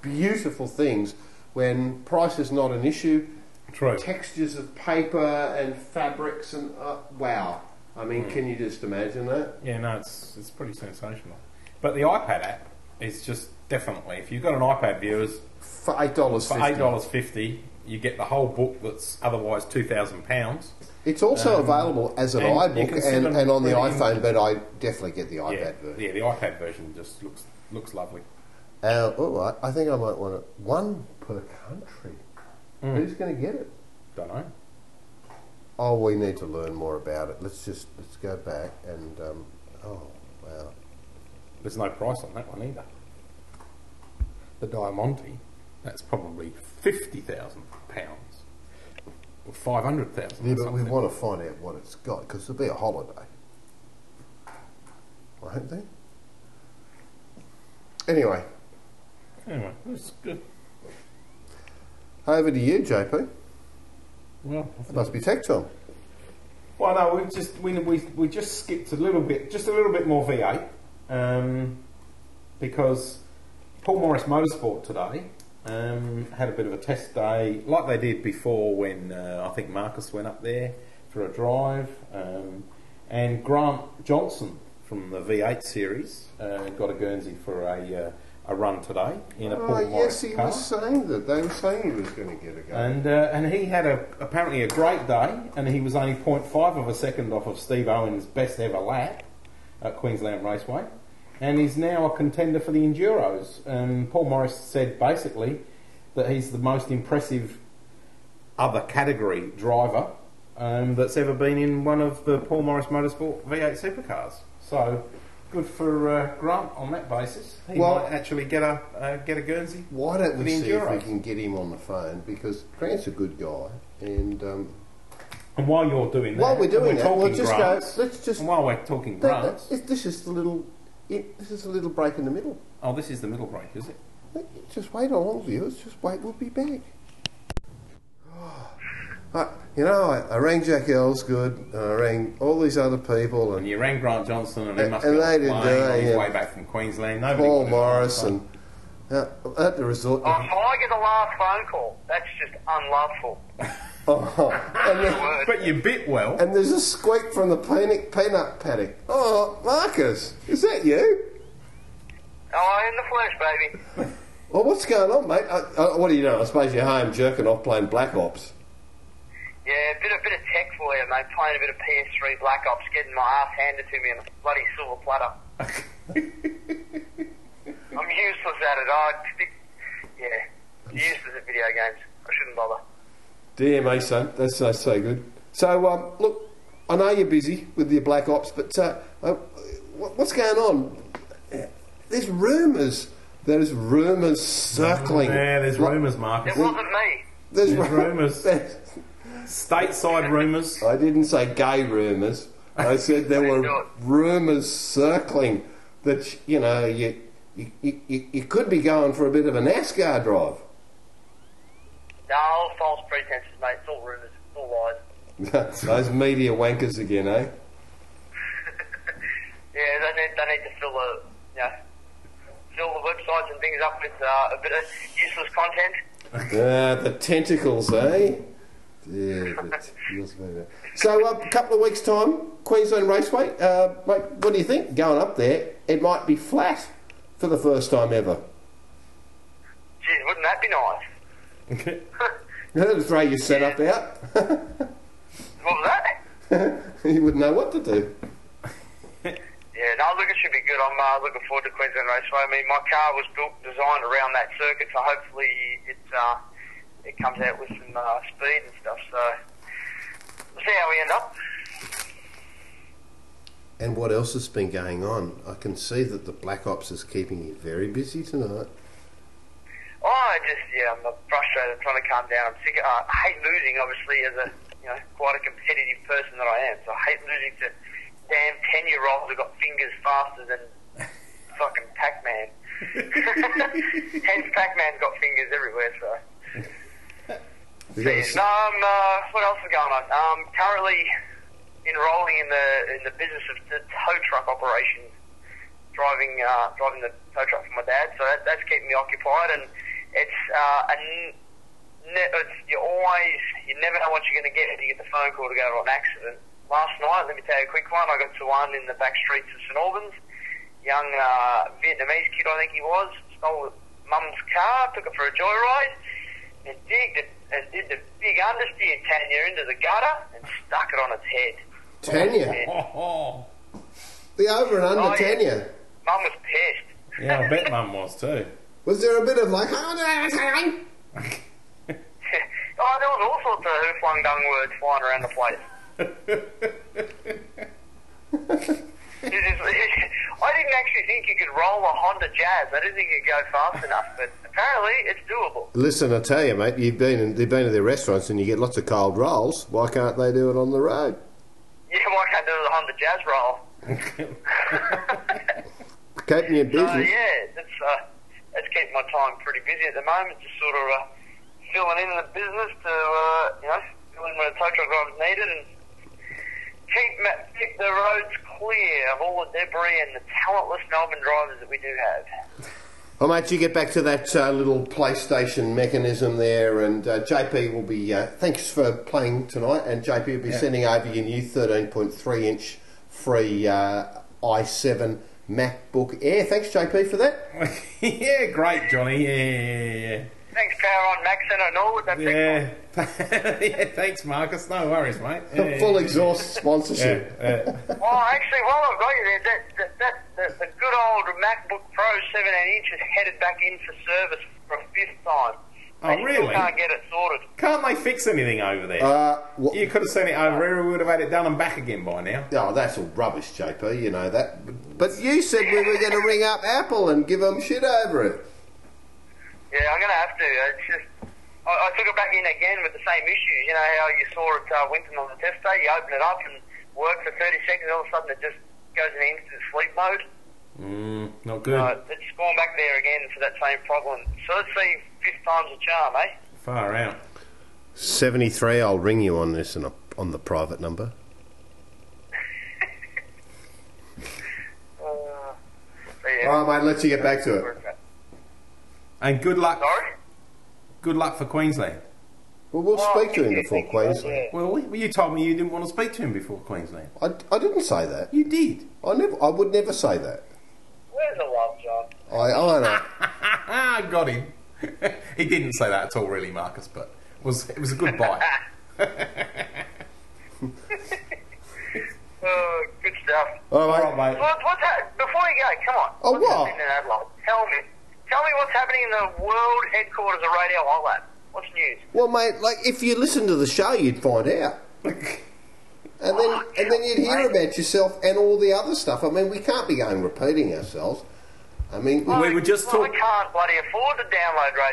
Speaker 7: beautiful things when price is not an issue.
Speaker 6: True.
Speaker 7: Textures of paper and fabrics and uh, wow. I mean, can you just imagine that?
Speaker 6: Yeah, no, it's it's pretty sensational. But the iPad app is just definitely if you've got an iPad viewers
Speaker 7: For eight dollars
Speaker 6: for eight dollars fifty, you get the whole book that's otherwise two thousand pounds.
Speaker 7: It's also available as an
Speaker 6: Um, and you
Speaker 7: iBook
Speaker 6: can sit
Speaker 7: and,
Speaker 6: and
Speaker 7: and on the
Speaker 6: read.
Speaker 7: iPhone, but I definitely get the iPad
Speaker 6: Yeah,
Speaker 7: version.
Speaker 6: yeah, the iPad version just looks looks lovely.
Speaker 7: Uh, all right, I think I might want it. One per country.
Speaker 6: Mm.
Speaker 7: Who's going to get it?
Speaker 6: Don't know.
Speaker 7: Oh, we need to learn more about it. Let's just let's go back and um, oh wow,
Speaker 6: There's no price on that one either. The Diamante, that's probably fifty thousand pounds or five hundred thousand.
Speaker 7: yeah, but we want to find out what it's got because it'll be a holiday, won't there? Anyway,
Speaker 6: Anyway, that's good.
Speaker 7: over to you, JP.
Speaker 6: Well, I
Speaker 7: It
Speaker 6: think-
Speaker 7: must be tech time.
Speaker 6: well, no, we just we, we we just skipped a little bit, just a little bit more V8, um, because Paul Morris Motorsport today um, had a bit of a test day, like they did before when uh, I think Marcus went up there for a drive, um, and Grant Johnson from the V8 series uh, got a Guernsey for a uh, a run today in a
Speaker 7: Oh
Speaker 6: Paul Morris
Speaker 7: yes, he
Speaker 6: car.
Speaker 7: was saying that they were saying he was going to get a go.
Speaker 6: And uh, and he had a apparently a great day, and he was only 0.5 of a second off of Steve Owen's best ever lap at Queensland Raceway, and he's now a contender for the Enduros. Um, Paul Morris said basically that he's the most impressive other category driver um, that's ever been in one of the Paul Morris Motorsport V8 supercars. So. Good for uh, Grant on that basis. He
Speaker 7: Well-
Speaker 6: might actually get a uh, get a Guernsey.
Speaker 7: Why don't we
Speaker 6: The
Speaker 7: see if we
Speaker 6: Enduro.
Speaker 7: can get him on the phone? Because Grant's a good guy, and um,
Speaker 6: And while you're doing that,
Speaker 7: While we're doing
Speaker 6: and
Speaker 7: that, we'll
Speaker 6: talking
Speaker 7: just go-
Speaker 6: grants,
Speaker 7: let's just-
Speaker 6: And while we're talking
Speaker 7: that-
Speaker 6: grants,
Speaker 7: that- this is the little, it, this is the little break in the middle.
Speaker 6: oh, this is the middle break, is it?
Speaker 7: Just wait along, viewers. Just wait. We'll be back. Uh, you know, I, I rang Jack Ellsgood, and I rang all these other people,
Speaker 6: And
Speaker 7: and
Speaker 6: you rang Grant Johnson, and he
Speaker 7: And-
Speaker 6: must
Speaker 7: and
Speaker 6: be
Speaker 7: they
Speaker 6: flying
Speaker 7: did
Speaker 6: on
Speaker 7: that,
Speaker 6: his
Speaker 7: yeah.
Speaker 6: way back from Queensland. Nobody
Speaker 7: Paul
Speaker 6: wanted to
Speaker 7: Morris,
Speaker 6: answer.
Speaker 7: and uh, at the resort. Oh,
Speaker 8: Um, I get the last phone call. That's just unloveful.
Speaker 7: oh. and, there-
Speaker 8: Word.
Speaker 6: but you bit well.
Speaker 7: and there's a squeak from the peanut, peanut paddock. Oh, Marcus, is that you?
Speaker 8: Oh, in the flesh, baby.
Speaker 7: Well, what's going on, mate? Uh, uh, what do you know? I suppose you're home jerking off playing Black Ops.
Speaker 8: Yeah, a bit, a bit of tech for you, mate. Playing a bit of PS3 Black Ops, getting my ass handed to me on a bloody silver platter. I'm useless at it. I stick, yeah, useless at video games. I shouldn't bother.
Speaker 7: DMA, son. That's so, so good. So, um, look, I know you're busy with your Black Ops, but uh, uh, wh- what's going on? There's rumours. There's rumours circling.
Speaker 6: yeah, Oh, there's
Speaker 7: Like-
Speaker 6: rumours, Marcus.
Speaker 8: It wasn't me.
Speaker 7: There's,
Speaker 6: There's rumours.
Speaker 7: there's-
Speaker 6: Stateside rumours.
Speaker 7: I didn't say gay rumours. I said there
Speaker 8: Please
Speaker 7: were
Speaker 8: don't.
Speaker 7: rumours circling that, you know, you, you, you- you, you could be going for a bit of a NASCAR drive.
Speaker 8: No, all false pretenses, mate. It's all rumours. It's all lies.
Speaker 7: Those media wankers again, eh?
Speaker 8: Yeah, they need, they need to fill the, you know, fill the websites and things up with uh, a bit of useless content.
Speaker 7: Ah, the tentacles, eh? Yeah, the tentacles, baby. So, a couple of weeks' uh, time, Queensland Raceway. Uh, mate, what do you think? Going up there, it might be flat for the first time ever.
Speaker 8: Geez, wouldn't that be nice?
Speaker 7: That'd throw your setup out.
Speaker 8: What was that?
Speaker 7: you wouldn't know what to do.
Speaker 8: Yeah, no, look, it should be good. I'm uh, looking forward to Queensland Raceway. I mean, my car was built, designed around that circuit, so hopefully it uh, it comes out with some uh, speed and stuff. So we'll see how we end up.
Speaker 7: And what else has been going on? I can see that the Black Ops is keeping you very busy tonight.
Speaker 8: Oh, I just yeah, I'm frustrated, trying to calm down. I'm sick. Of, uh, I hate losing, obviously, as a you know quite a competitive person that I am. So I hate losing to damn ten year olds who got fingers faster than fucking Pac Man. Hence, Pac Man's got fingers everywhere. So.
Speaker 7: We got
Speaker 8: Yeah,
Speaker 7: this-
Speaker 8: no, um, uh, what else is going on? Um, currently enrolling in the in the business of the tow truck operation, driving uh, driving the tow truck for my dad. So that, that's keeping me occupied, and it's uh, a n- ne- it's, you always you never know what you're going to get if you get the phone call to go to an accident. Last night, let me tell you a quick one. I got to one in the back streets of St Albans. Young uh, Vietnamese kid, I think he was, stole mum's car, took it for a joyride and digged it and did the big understeer Tanya into the gutter and stuck it on its head.
Speaker 7: Tanya. The over and under
Speaker 8: Oh, yeah.
Speaker 7: Tanya.
Speaker 8: Mum was pissed.
Speaker 6: Yeah, I bet Mum was too.
Speaker 7: Was there a bit of like, oh, no, it's fine"?
Speaker 8: oh, there was all sorts of hooflung dung words flying around the place. It is- I didn't actually think you could roll a Honda Jazz. I didn't think you'd go fast enough, but apparently it's doable.
Speaker 7: Listen, I tell you, mate, you've been in, you've been to their restaurants and you get lots of cold rolls. Why can't they do it on the road?
Speaker 8: Yeah, why can't do the Honda Jazz roll?
Speaker 7: Keep me in
Speaker 8: So
Speaker 7: business.
Speaker 8: yeah, that's uh, that's keeping my time pretty busy at the moment. Just sort of uh, filling in the business to uh, you know fill in when a tow truck driver's needed and keep ma- keep the roads clear of all the debris and the talentless Melbourne drivers that we do have.
Speaker 7: Oh, mate, you get back to that uh, little PlayStation mechanism there, and uh, JP will be. Uh, thanks for playing tonight, and JP will be sending over your new 13.3 inch free uh, i7 MacBook Air. Thanks, JP, for that.
Speaker 6: yeah, great, Johnny. Yeah, yeah,
Speaker 8: Thanks, Power on Max and Norwood. That's
Speaker 6: yeah, yeah. Yeah. yeah, thanks, Marcus. No worries, mate. Yeah,
Speaker 7: Full
Speaker 6: yeah,
Speaker 7: exhaust sponsorship.
Speaker 6: yeah.
Speaker 8: Well, Oh, actually, while I've got you there, that, that, that, that the good old MacBook Pro 17 inch is headed back in for service for a fifth time.
Speaker 6: Oh,
Speaker 8: They still
Speaker 6: really?
Speaker 8: Can't get it sorted.
Speaker 6: Can't they fix anything over there?
Speaker 7: Uh, wha-
Speaker 6: you could have sent it over here. We would have had it done and back again by now.
Speaker 7: Oh, that's all rubbish, JP. You know that. But- But you said we were going to ring up Apple and give them shit over it.
Speaker 8: Yeah, I'm gonna have to. It's just I, I took it back in again with the same issues. You know how you saw it uh, Winton on the test day. You open it up and work for 30 seconds, all of a sudden it just goes into instant sleep mode.
Speaker 6: Mm, not good.
Speaker 8: Uh, it's gone back there again for that same problem. So let's see, fifth time's a charm, eh?
Speaker 6: Far out.
Speaker 7: 73, I'll ring you on this and on the private number.
Speaker 8: Uh, so yeah.
Speaker 7: All right, mate, let you get back to it.
Speaker 6: And good luck.
Speaker 8: Sorry.
Speaker 6: Good luck for Queensland.
Speaker 7: Well, we'll
Speaker 8: Oh,
Speaker 7: speak to him
Speaker 8: yeah,
Speaker 7: before
Speaker 8: yeah,
Speaker 7: Queensland.
Speaker 8: yeah.
Speaker 6: Well, you told me you didn't want to speak to him before Queensland.
Speaker 7: I, I didn't say that.
Speaker 6: You did.
Speaker 7: I never. I would never say that.
Speaker 8: Where's the love, John?
Speaker 7: I, I know.
Speaker 6: Ah, got him. he didn't say that at all, really, Marcus. But it was it was a good buy.
Speaker 8: Uh, good stuff.
Speaker 7: All right,
Speaker 6: all
Speaker 7: mate.
Speaker 6: right, mate.
Speaker 8: What, what's hap- Before you go, come on.
Speaker 7: Oh,
Speaker 8: what's
Speaker 7: what?
Speaker 8: happening in Adelaide? Tell me. Tell me what's happening in the world headquarters of Radio Hotline. What's news?
Speaker 7: Well, mate, like if you listened to the show, you'd find out. And then, and then you'd hear about yourself and all the other stuff. I mean, we can't be going repeating ourselves. I mean,
Speaker 6: We were just
Speaker 8: well,
Speaker 6: talk-
Speaker 8: I can't bloody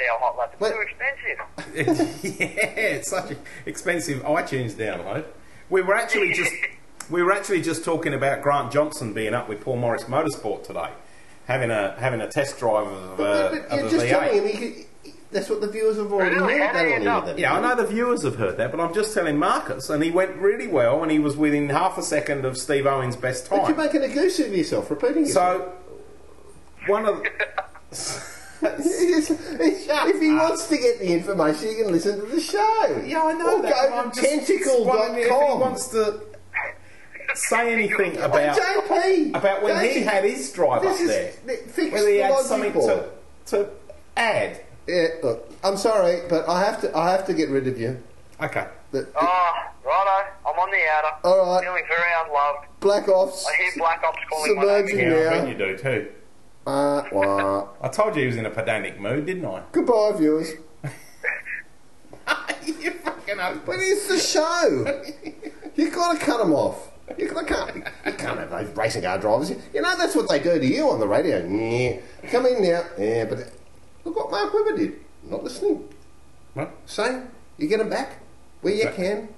Speaker 8: afford to download Radio Hotline.
Speaker 7: Wait.
Speaker 8: It's too expensive.
Speaker 6: yeah, it's such an expensive oh, iTunes download. We were actually just we were actually just talking about Grant Johnson being up with Paul Morris Motorsport today, having a having a test drive of, uh,
Speaker 7: but
Speaker 6: of
Speaker 7: you're
Speaker 6: a
Speaker 7: just
Speaker 6: V8.
Speaker 7: telling him. He could, he- that's what the viewers have already
Speaker 8: Really?
Speaker 7: heard.
Speaker 8: How
Speaker 7: They
Speaker 8: do you
Speaker 7: don't
Speaker 8: know?
Speaker 7: want to hear that.
Speaker 6: Yeah, I know the viewers have heard that, but I'm just telling Marcus, and he went really well, and he was within half a second of Steve Owen's best
Speaker 7: But you're
Speaker 6: time.
Speaker 7: making a goose of yourself repeating it.
Speaker 6: So, one of
Speaker 7: It's- it's- if he wants to get the information, he can listen to the show.
Speaker 6: Uh, yeah, I know
Speaker 7: or
Speaker 6: that. but
Speaker 7: Go
Speaker 6: I'm
Speaker 7: to
Speaker 6: just wondering if he
Speaker 7: tentacle.com.
Speaker 6: wants to. say anything
Speaker 9: But
Speaker 6: about
Speaker 9: JP,
Speaker 6: about when he
Speaker 9: JP,
Speaker 6: had his drive up
Speaker 9: this is-
Speaker 6: there.
Speaker 9: th- think
Speaker 6: whether he had
Speaker 9: logical.
Speaker 6: something to, to add.
Speaker 7: Yeah, look, I'm sorry, but I have to. I have to get rid of you.
Speaker 6: Okay.
Speaker 7: The-
Speaker 8: Oh, righto. I'm on the outer.
Speaker 7: All right.
Speaker 8: Feeling very unloved.
Speaker 7: Black Ops.
Speaker 8: I hear Black Ops calling my name
Speaker 7: Submerging
Speaker 8: again.
Speaker 6: Yeah, I
Speaker 7: now.
Speaker 6: bet you do too.
Speaker 7: Wah, wah.
Speaker 6: I told you he was in a pedantic mood, didn't I?
Speaker 7: Goodbye, viewers.
Speaker 6: you fucking
Speaker 7: But it's the show. you got to cut them off. You can't, you can't have those racing car drivers. You know, that's what they do to you on the radio. Yeah. Come in now. Yeah, but look what Mark Webber did. Not listening.
Speaker 6: What?
Speaker 7: So, you get them back where you can.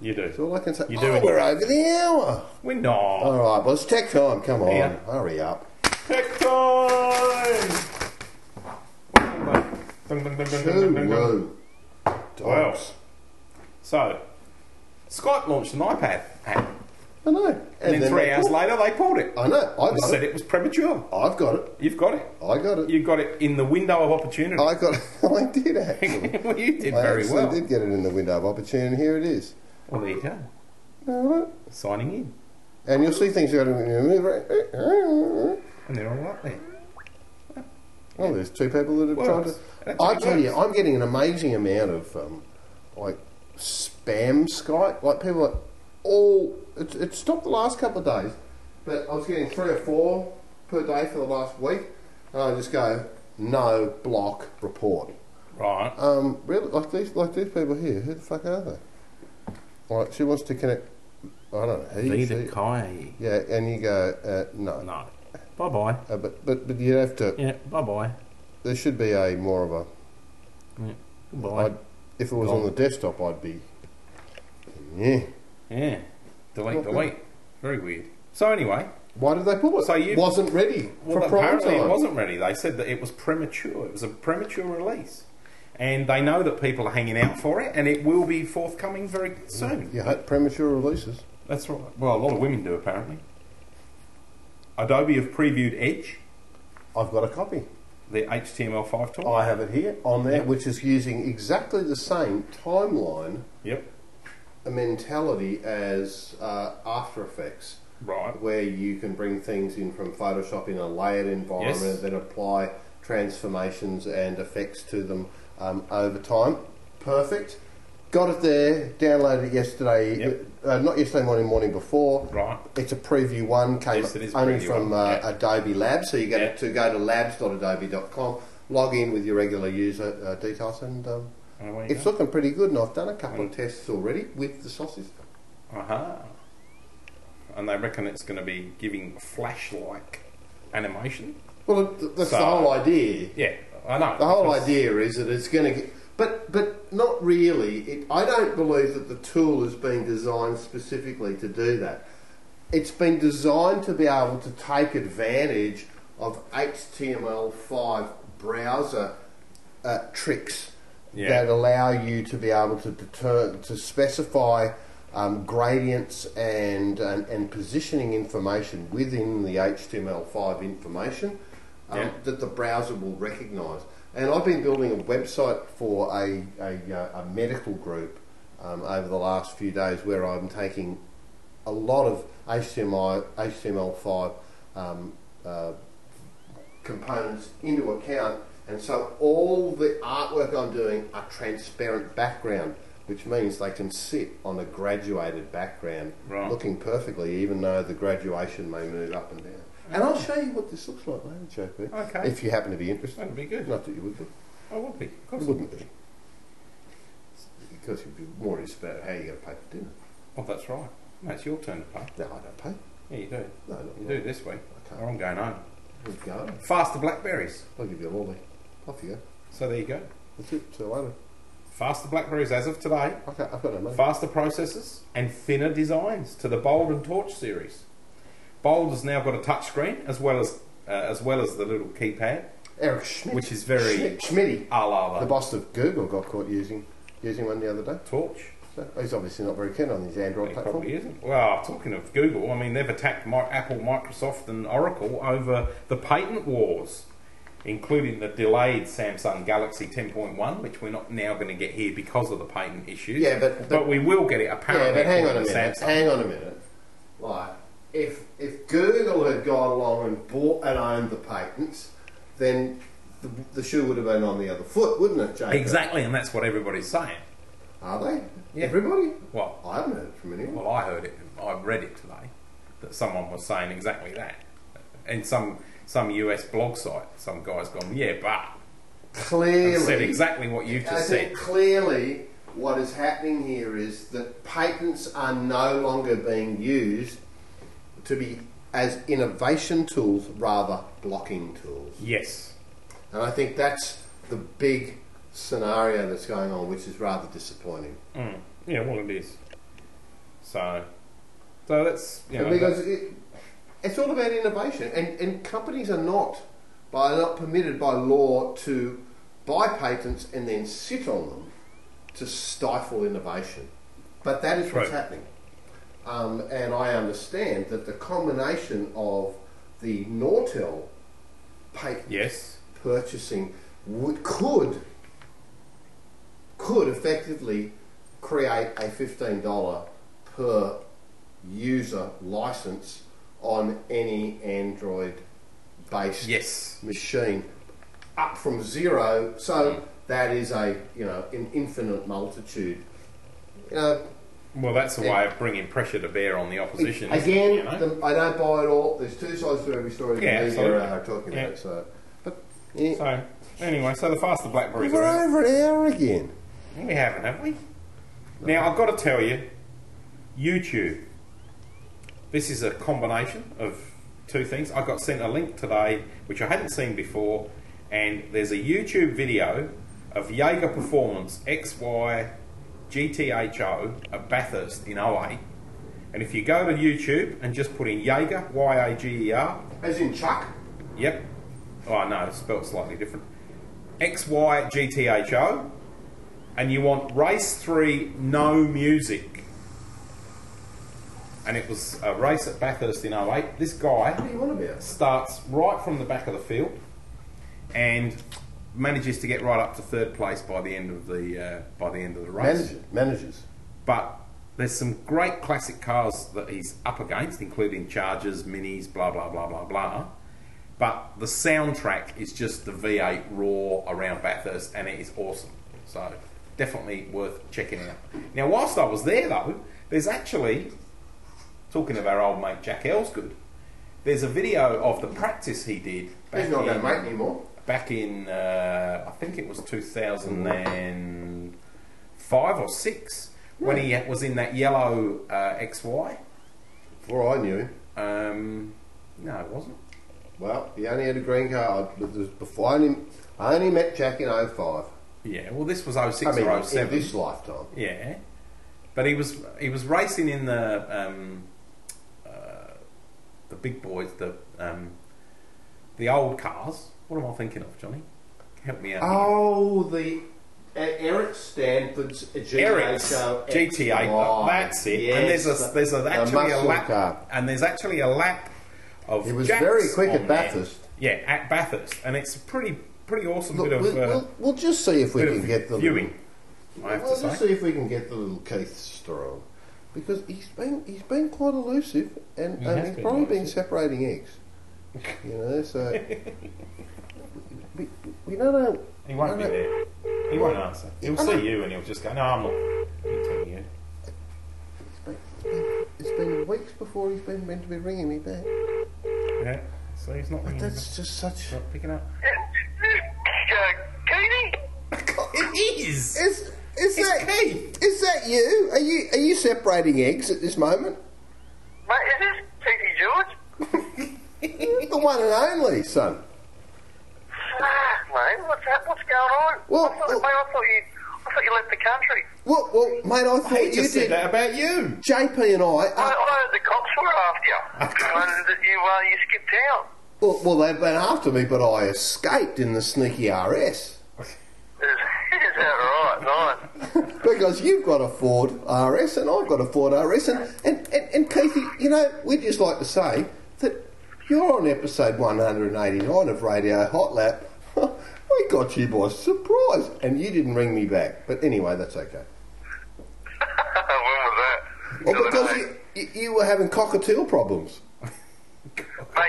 Speaker 6: You
Speaker 7: That's
Speaker 6: do.
Speaker 7: all I can say.
Speaker 6: You do
Speaker 7: oh,
Speaker 6: it.
Speaker 7: we're over the hour.
Speaker 6: We're not.
Speaker 7: All right, well, it's tech time. Come on.
Speaker 6: Yeah.
Speaker 7: Hurry up.
Speaker 6: Tech time! Dun, dun, dun, dun, dun, dun, dun, dun.
Speaker 7: Whoa.
Speaker 6: Well, so Skype launched an iPad app,
Speaker 7: I know.
Speaker 6: and, then three
Speaker 7: they-
Speaker 6: hours later they pulled it.
Speaker 7: I know. I
Speaker 6: They
Speaker 7: got
Speaker 6: said
Speaker 7: it.
Speaker 6: it was premature.
Speaker 7: I've got it.
Speaker 6: You've got it.
Speaker 7: I got it.
Speaker 6: You got it in the window of opportunity.
Speaker 7: I got it. I did actually.
Speaker 6: well, you did
Speaker 7: I
Speaker 6: very
Speaker 7: actually
Speaker 6: well.
Speaker 7: did get it in the window of opportunity. Here it is.
Speaker 6: Well, there you go.
Speaker 7: Alright.
Speaker 6: Signing in,
Speaker 7: And you'll see things you got to.
Speaker 6: and they're all right there.
Speaker 7: Oh, there's two people that have
Speaker 6: Well,
Speaker 7: tried
Speaker 6: that's
Speaker 7: to. I
Speaker 6: how it
Speaker 7: tell you,
Speaker 6: works.
Speaker 7: I'm getting an amazing amount of um, like spam Skype. Like people are all. It, it stopped the last couple of days, but I was getting three or four per day for the last week, and I just go no block report.
Speaker 6: Right.
Speaker 7: Um, really, like these, like these people here. Who the fuck are they? Like she wants to connect. I don't know. He, she-
Speaker 6: Kai.
Speaker 7: yeah, and you go uh, no.
Speaker 6: No. Bye bye.
Speaker 7: Uh, but but but you have to.
Speaker 6: Yeah. Bye bye.
Speaker 7: There should be a more of a.
Speaker 6: Goodbye.
Speaker 7: I'd, if it was on the desktop, I'd be. Yeah.
Speaker 6: Yeah. Delete. Delete. Very weird. So anyway,
Speaker 7: Why did they pull it?
Speaker 6: So you-
Speaker 7: wasn't ready
Speaker 6: Well,
Speaker 7: for prime
Speaker 6: apparently
Speaker 7: time.
Speaker 6: it wasn't ready. They said that it was premature. It was a premature release. And they know that people are hanging out for it, and it will be forthcoming very soon.
Speaker 7: You hate premature releases.
Speaker 6: That's right. Well, a lot of women do, apparently. Adobe have previewed Edge,
Speaker 7: I've got a copy.
Speaker 6: the HTML5 tool.
Speaker 7: I have it here on there, which is using exactly the same timeline
Speaker 6: Yep.
Speaker 7: mentality as uh, After Effects.
Speaker 6: Right.
Speaker 7: where you can bring things in from Photoshop in a layered environment,
Speaker 6: Yes.
Speaker 7: then apply transformations and effects to them um, over time. Perfect. Got it there. Downloaded it yesterday.
Speaker 6: Yep.
Speaker 7: Uh, not yesterday morning. Morning before.
Speaker 6: Right.
Speaker 7: It's a preview one. Came
Speaker 6: Yes, it is
Speaker 7: only
Speaker 6: preview
Speaker 7: from
Speaker 6: one,
Speaker 7: uh,
Speaker 6: yeah.
Speaker 7: Adobe Labs. So you got
Speaker 6: Yeah.
Speaker 7: to go to labs.adobe.com. Log in with your regular user uh, details, and um,
Speaker 6: And away Oh, you
Speaker 7: it's
Speaker 6: go. Hmm.
Speaker 7: looking pretty good. And I've done a couple of tests already with the sausage.
Speaker 6: Aha. Uh-huh. And they reckon it's going to be giving flash-like animation.
Speaker 7: Well, th- that's the
Speaker 6: So-
Speaker 7: whole idea.
Speaker 6: Yeah, I know.
Speaker 7: The whole
Speaker 6: because-
Speaker 7: idea is that it's going to get, but but not really. It, I don't believe that the tool has been designed specifically to do that. It's been designed to be able to take advantage of HTML5 browser uh, tricks
Speaker 6: Yeah.
Speaker 7: that allow you to be able to deter, to specify um, gradients and, and and positioning information within the HTML5 information um,
Speaker 6: Yeah.
Speaker 7: that the browser will recognise. And I've been building a website for a a, uh, a medical group um, over the last few days where I'm taking a lot of HTML HTML5 um, uh, components into account, and so all the artwork I'm doing are transparent background, which means they can sit on a graduated background,
Speaker 6: Right.
Speaker 7: looking perfectly, even though the graduation may move up and down. And I'll show you what this looks like later, JP.
Speaker 6: Okay.
Speaker 7: If you happen to be interested.
Speaker 6: That'd be good.
Speaker 7: Not that you would be.
Speaker 6: I would be. Of course.
Speaker 7: You wouldn't be. Because you'd be more interested about how you're going to pay for dinner.
Speaker 6: Oh, that's right. No, it's your turn to pay.
Speaker 7: No, I don't pay.
Speaker 6: Yeah, you do.
Speaker 7: No, not
Speaker 6: You
Speaker 7: really.
Speaker 6: do this week.
Speaker 7: I can't.
Speaker 6: Or I'm going home.
Speaker 7: Here we go.
Speaker 6: Faster blackberries.
Speaker 7: I'll give you a lolly. Off you go.
Speaker 6: So there you go.
Speaker 7: That's it. See you later.
Speaker 6: Faster blackberries as of today.
Speaker 7: Okay, I've got no money.
Speaker 6: Faster processors and thinner designs to the Bold and Torch series. Bold has now got a touchscreen as well as uh, as well as the little keypad,
Speaker 7: Eric Schmidt.
Speaker 6: which is very
Speaker 7: Schmitty.
Speaker 6: a la
Speaker 7: The
Speaker 6: the
Speaker 7: boss of Google got caught using using one the other day.
Speaker 6: Torch.
Speaker 7: So he's obviously not very keen on his Android
Speaker 6: It
Speaker 7: platform.
Speaker 6: probably isn't. Well, talking of Google, I mean, they've attacked Mi- Apple, Microsoft, and Oracle over the patent wars, including the delayed Samsung Galaxy 10.1, which we're not now going to get here because of the patent issues.
Speaker 7: Yeah, but-
Speaker 6: we will get it
Speaker 7: Yeah,
Speaker 6: apparently.
Speaker 7: but hang on a
Speaker 6: according to
Speaker 7: minute.
Speaker 6: Samsung.
Speaker 7: Hang on a minute. Like, if if Google had gone along and bought and owned the patents, then the, the shoe would have been on the other foot, wouldn't it, Jacob?
Speaker 6: Exactly, and that's what everybody's saying.
Speaker 7: Are they?
Speaker 6: Yeah.
Speaker 7: Everybody?
Speaker 6: Well,
Speaker 7: I haven't heard it from anyone.
Speaker 6: Well, I heard it. I read it today that someone was saying exactly that, and some some US blog site. Some guy's gone, yeah, but
Speaker 7: Clearly,
Speaker 6: said exactly what you've
Speaker 7: I
Speaker 6: just
Speaker 7: think
Speaker 6: said.
Speaker 7: clearly what is happening here is that patents are no longer being used to be as innovation tools, rather blocking tools.
Speaker 6: Yes,
Speaker 7: And I think that's the big scenario that's going on, which is rather disappointing.
Speaker 6: Mm. Yeah, well, it is. So, so that's you know,
Speaker 7: because
Speaker 6: that-
Speaker 7: it, it's all about innovation, and, and companies are not by are not permitted by law to buy patents and then sit on them to stifle innovation. But that is what's
Speaker 6: Right.
Speaker 7: happening, um, and I understand that the combination of the Nortel patent
Speaker 6: yes,
Speaker 7: purchasing would, could could effectively create a fifteen dollar per user license on any Android based
Speaker 6: yes,
Speaker 7: machine up from zero. So
Speaker 6: Mm.
Speaker 7: that is a you know an infinite multitude. You know,
Speaker 6: well, that's a
Speaker 7: Yeah.
Speaker 6: way of bringing pressure to bear on the opposition. isn't it,
Speaker 7: again,
Speaker 6: you know?
Speaker 7: the, I don't buy it all. There's two sides to every story.
Speaker 6: Yeah,
Speaker 7: the media
Speaker 6: absolutely.
Speaker 7: are talking
Speaker 6: Yeah.
Speaker 7: about so, but yeah.
Speaker 6: so anyway, so the faster blackberries
Speaker 7: we're
Speaker 6: are.
Speaker 7: over there again.
Speaker 6: We haven't, have we? Now, I've got to tell you, YouTube. This is a combination of two things. I got sent a link today, which I hadn't seen before, and there's a YouTube video of Jaeger Performance XY GTHO at Bathurst in OA. And if you go to YouTube and just put in Jaeger, Y A G E R,
Speaker 7: As in Chuck.
Speaker 6: Yep. Oh no, it's spelled slightly different. X Y G T H O, and you want race three, no music. And it was a race at Bathurst in 08. This
Speaker 7: What do
Speaker 6: guy
Speaker 7: you want about?
Speaker 6: starts right from the back of the field and manages to get right up to third place by the end of the uh, by the end of the race.
Speaker 7: Managers. Managers.
Speaker 6: But there's some great classic cars that he's up against, including Chargers, Minis, blah blah blah blah blah. But the soundtrack is just the V8 roar around Bathurst, and it is awesome. So definitely worth checking out. Now, whilst I was there though, there's actually talking of our old mate Jack Elsgood. There's a video of the practice he did.
Speaker 7: He's not
Speaker 6: in-
Speaker 7: going to make anymore.
Speaker 6: back in uh, I think it was 2005 or six when he
Speaker 7: Hmm.
Speaker 6: was in that yellow uh, XY.
Speaker 7: Before I knew him.
Speaker 6: Um, no, it wasn't.
Speaker 7: Well, he only had a green card. I- it was Before I only, I only met Jack in 05.
Speaker 6: Yeah, well, this was 06
Speaker 7: I mean,
Speaker 6: or
Speaker 7: in
Speaker 6: 07.
Speaker 7: this lifetime.
Speaker 6: Yeah, but he was he was racing in the um, uh, the big boys, the um, the old cars. What am I thinking of, Johnny? Help me out. here.
Speaker 7: Oh, the uh, Eric Stanford's GTA
Speaker 6: Eric's
Speaker 7: show.
Speaker 6: GTA.
Speaker 7: XY.
Speaker 6: That's it.
Speaker 7: Yes,
Speaker 6: and there's a there's a,
Speaker 7: the
Speaker 6: actually a
Speaker 7: muscle
Speaker 6: lap,
Speaker 7: car.
Speaker 6: and there's actually a lap of.
Speaker 7: He was
Speaker 6: Jacks
Speaker 7: very quick
Speaker 6: on there.
Speaker 7: at Bathurst.
Speaker 6: Yeah, at Bathurst, and it's a pretty pretty awesome
Speaker 7: Look,
Speaker 6: bit of
Speaker 7: we'll,
Speaker 6: uh,
Speaker 7: we'll, we'll just see if we
Speaker 6: bit
Speaker 7: can
Speaker 6: of
Speaker 7: get the
Speaker 6: viewing. eh? I have
Speaker 7: Little, we'll
Speaker 6: to
Speaker 7: just
Speaker 6: say.
Speaker 7: see if we can get the little Keith Stroll because he's been he's been quite elusive and,
Speaker 6: He
Speaker 7: and
Speaker 6: has
Speaker 7: he's
Speaker 6: been
Speaker 7: probably been
Speaker 6: elusive.
Speaker 7: separating eggs. You know, so we, we don't know.
Speaker 6: He won't be
Speaker 7: No, no.
Speaker 6: there. He won't answer. He'll
Speaker 7: I know.
Speaker 6: see you, and he'll just go, "No, I'm not." He'll tell you.
Speaker 7: It's been weeks before he's been meant to be ringing me back.
Speaker 6: Yeah. So he's not ringing.
Speaker 7: That's just such.
Speaker 6: not picking up.
Speaker 8: Uh, Keeny?
Speaker 6: It is.
Speaker 7: Is is
Speaker 6: It's
Speaker 7: that
Speaker 6: Keith.
Speaker 7: is that you? Are you are you separating eggs at this moment?
Speaker 8: Mate, is this T.T. George?
Speaker 7: the one and only son.
Speaker 8: Ah, mate, what's that? What's going on?
Speaker 7: Well,
Speaker 8: I thought,
Speaker 7: well-
Speaker 8: mate, I thought you, I thought you left the country.
Speaker 7: Well, well, mate, I thought
Speaker 6: He
Speaker 7: you
Speaker 6: just
Speaker 7: did.
Speaker 6: said that about you.
Speaker 7: JP and I.
Speaker 8: I,
Speaker 7: Are,
Speaker 8: I heard the cops were after you, and that you, uh, you skipped town.
Speaker 7: well, well, they've been after me, but I escaped in the sneaky RS
Speaker 8: Is, is that right? Nice.
Speaker 7: because you've got a Ford RS and I've got a Ford RS, and and and, and Keithy, you know, we'd just like to say that you're on episode 189 of Radio Hot Lap. we got you by surprise, and you didn't ring me back. But anyway, that's okay.
Speaker 8: when was that?
Speaker 7: Well,
Speaker 8: The other
Speaker 7: because
Speaker 8: day?
Speaker 7: you,
Speaker 5: You, you were having cockatiel problems.
Speaker 8: Mate,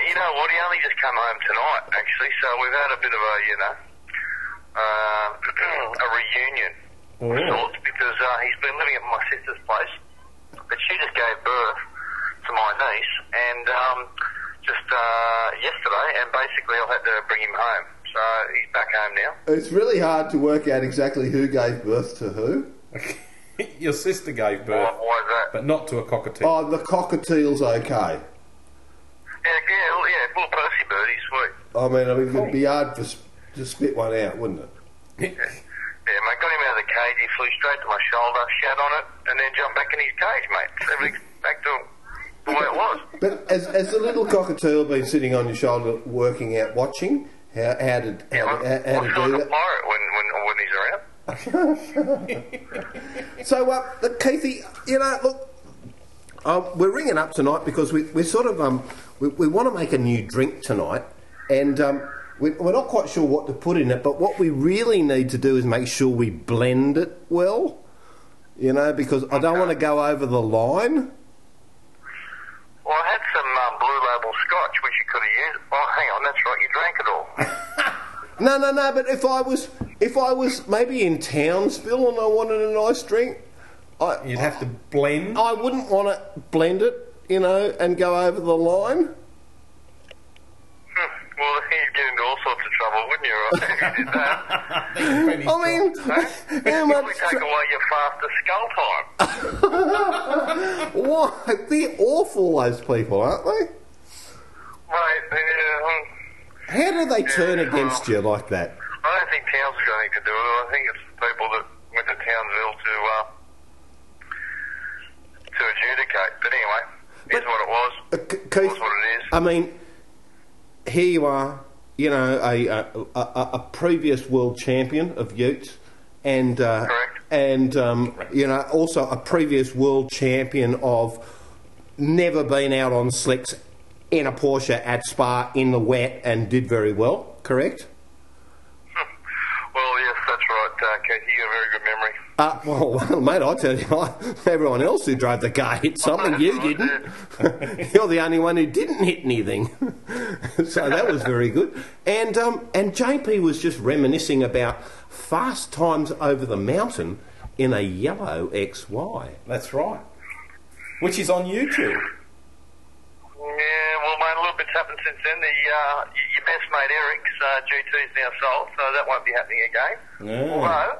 Speaker 8: you know what? He only just come home tonight, actually. So we've had a bit of a, you know, uh, a reunion
Speaker 10: Oh,
Speaker 8: of
Speaker 10: yeah.
Speaker 8: sorts because uh, he's been living at my sister's place, but she just gave birth to my niece, and um, just uh, yesterday, and basically I had to bring him home. So he's back home now.
Speaker 5: It's really hard to work out exactly who gave birth to who.
Speaker 10: Your sister gave
Speaker 8: Why,
Speaker 7: Uh,
Speaker 10: birth,
Speaker 8: why is that?
Speaker 10: but not to a cockatoo.
Speaker 5: Oh, the cockatiel's okay.
Speaker 8: Yeah, yeah, well, oh, yeah. Well, Percy Bird, he's sweet.
Speaker 5: I mean, I mean, it'd be hard to, sp- to spit one out, wouldn't it?
Speaker 8: Yeah, mate, got him out of the cage. He flew straight to my shoulder, shat on it, and then jumped back in his cage, mate. So Everything's back to the way it was.
Speaker 5: But has, has the little cockatiel been sitting on your shoulder, working out, watching how, how to
Speaker 8: Yeah,
Speaker 5: how,
Speaker 8: I'm-
Speaker 5: to- uh, how
Speaker 8: I
Speaker 5: to
Speaker 8: feel
Speaker 5: do
Speaker 8: like a
Speaker 5: that?
Speaker 8: pirate when, when, when he's around.
Speaker 5: So, uh, look, Keithy, you know, look, um, we're ringing up tonight because we, we sort of um, we, we want to make a new drink tonight, and um, we, we're not quite sure what to put in it. But what we really need to do is make sure we blend it well, you know, because I don't want to go over the line.
Speaker 8: Well, I had some um, blue label scotch, which you could have used. Oh, hang on, that's right, you drank it all.
Speaker 5: No, no, no. But if I was, if I was maybe in Townsville and I wanted a nice drink, I
Speaker 10: You'd have to blend.
Speaker 7: Oh.
Speaker 5: I wouldn't want to blend it, you know, and go over the line.
Speaker 8: Hmm, well, you'd get into all sorts of trouble, wouldn't you? if you did that?
Speaker 7: Oh,
Speaker 5: I mean, how
Speaker 8: You'd
Speaker 5: much?
Speaker 8: probably take away your faster skull time.
Speaker 5: Why? They're awful, those people, aren't they?
Speaker 8: Mate, yeah, hmm.
Speaker 5: How do they turn against you like that?
Speaker 8: I don't think Townsville's got anything to do with it. I think it's the people that went to Townsville to, uh, to adjudicate. But anyway, here's what it was.
Speaker 5: Uh, C- Keith,
Speaker 8: That's what it is.
Speaker 5: I mean, here you are, you know, a, a, a, a previous world champion of Utes, and uh,
Speaker 8: Correct.
Speaker 5: and um, you know also a previous world champion of never been out on slicks in a Porsche at Spa in the wet and did very well. Correct.
Speaker 8: Well, yes, that's right, uh, Keith. You got a very
Speaker 5: Uh,
Speaker 8: good memory.
Speaker 5: well, well, mate, I tell you, everyone else who drove the car hit something. You didn't. You're the only one who didn't hit anything. so that was very good. And um, and JP was just reminiscing about fast times over the mountain in a yellow XY.
Speaker 10: That's right. Which is on YouTube.
Speaker 8: Yeah, well, mate, a little bit's happened since then. The uh, y- your best mate Eric's uh, GT's now sold, so that won't be happening again.
Speaker 10: Yeah.
Speaker 8: Although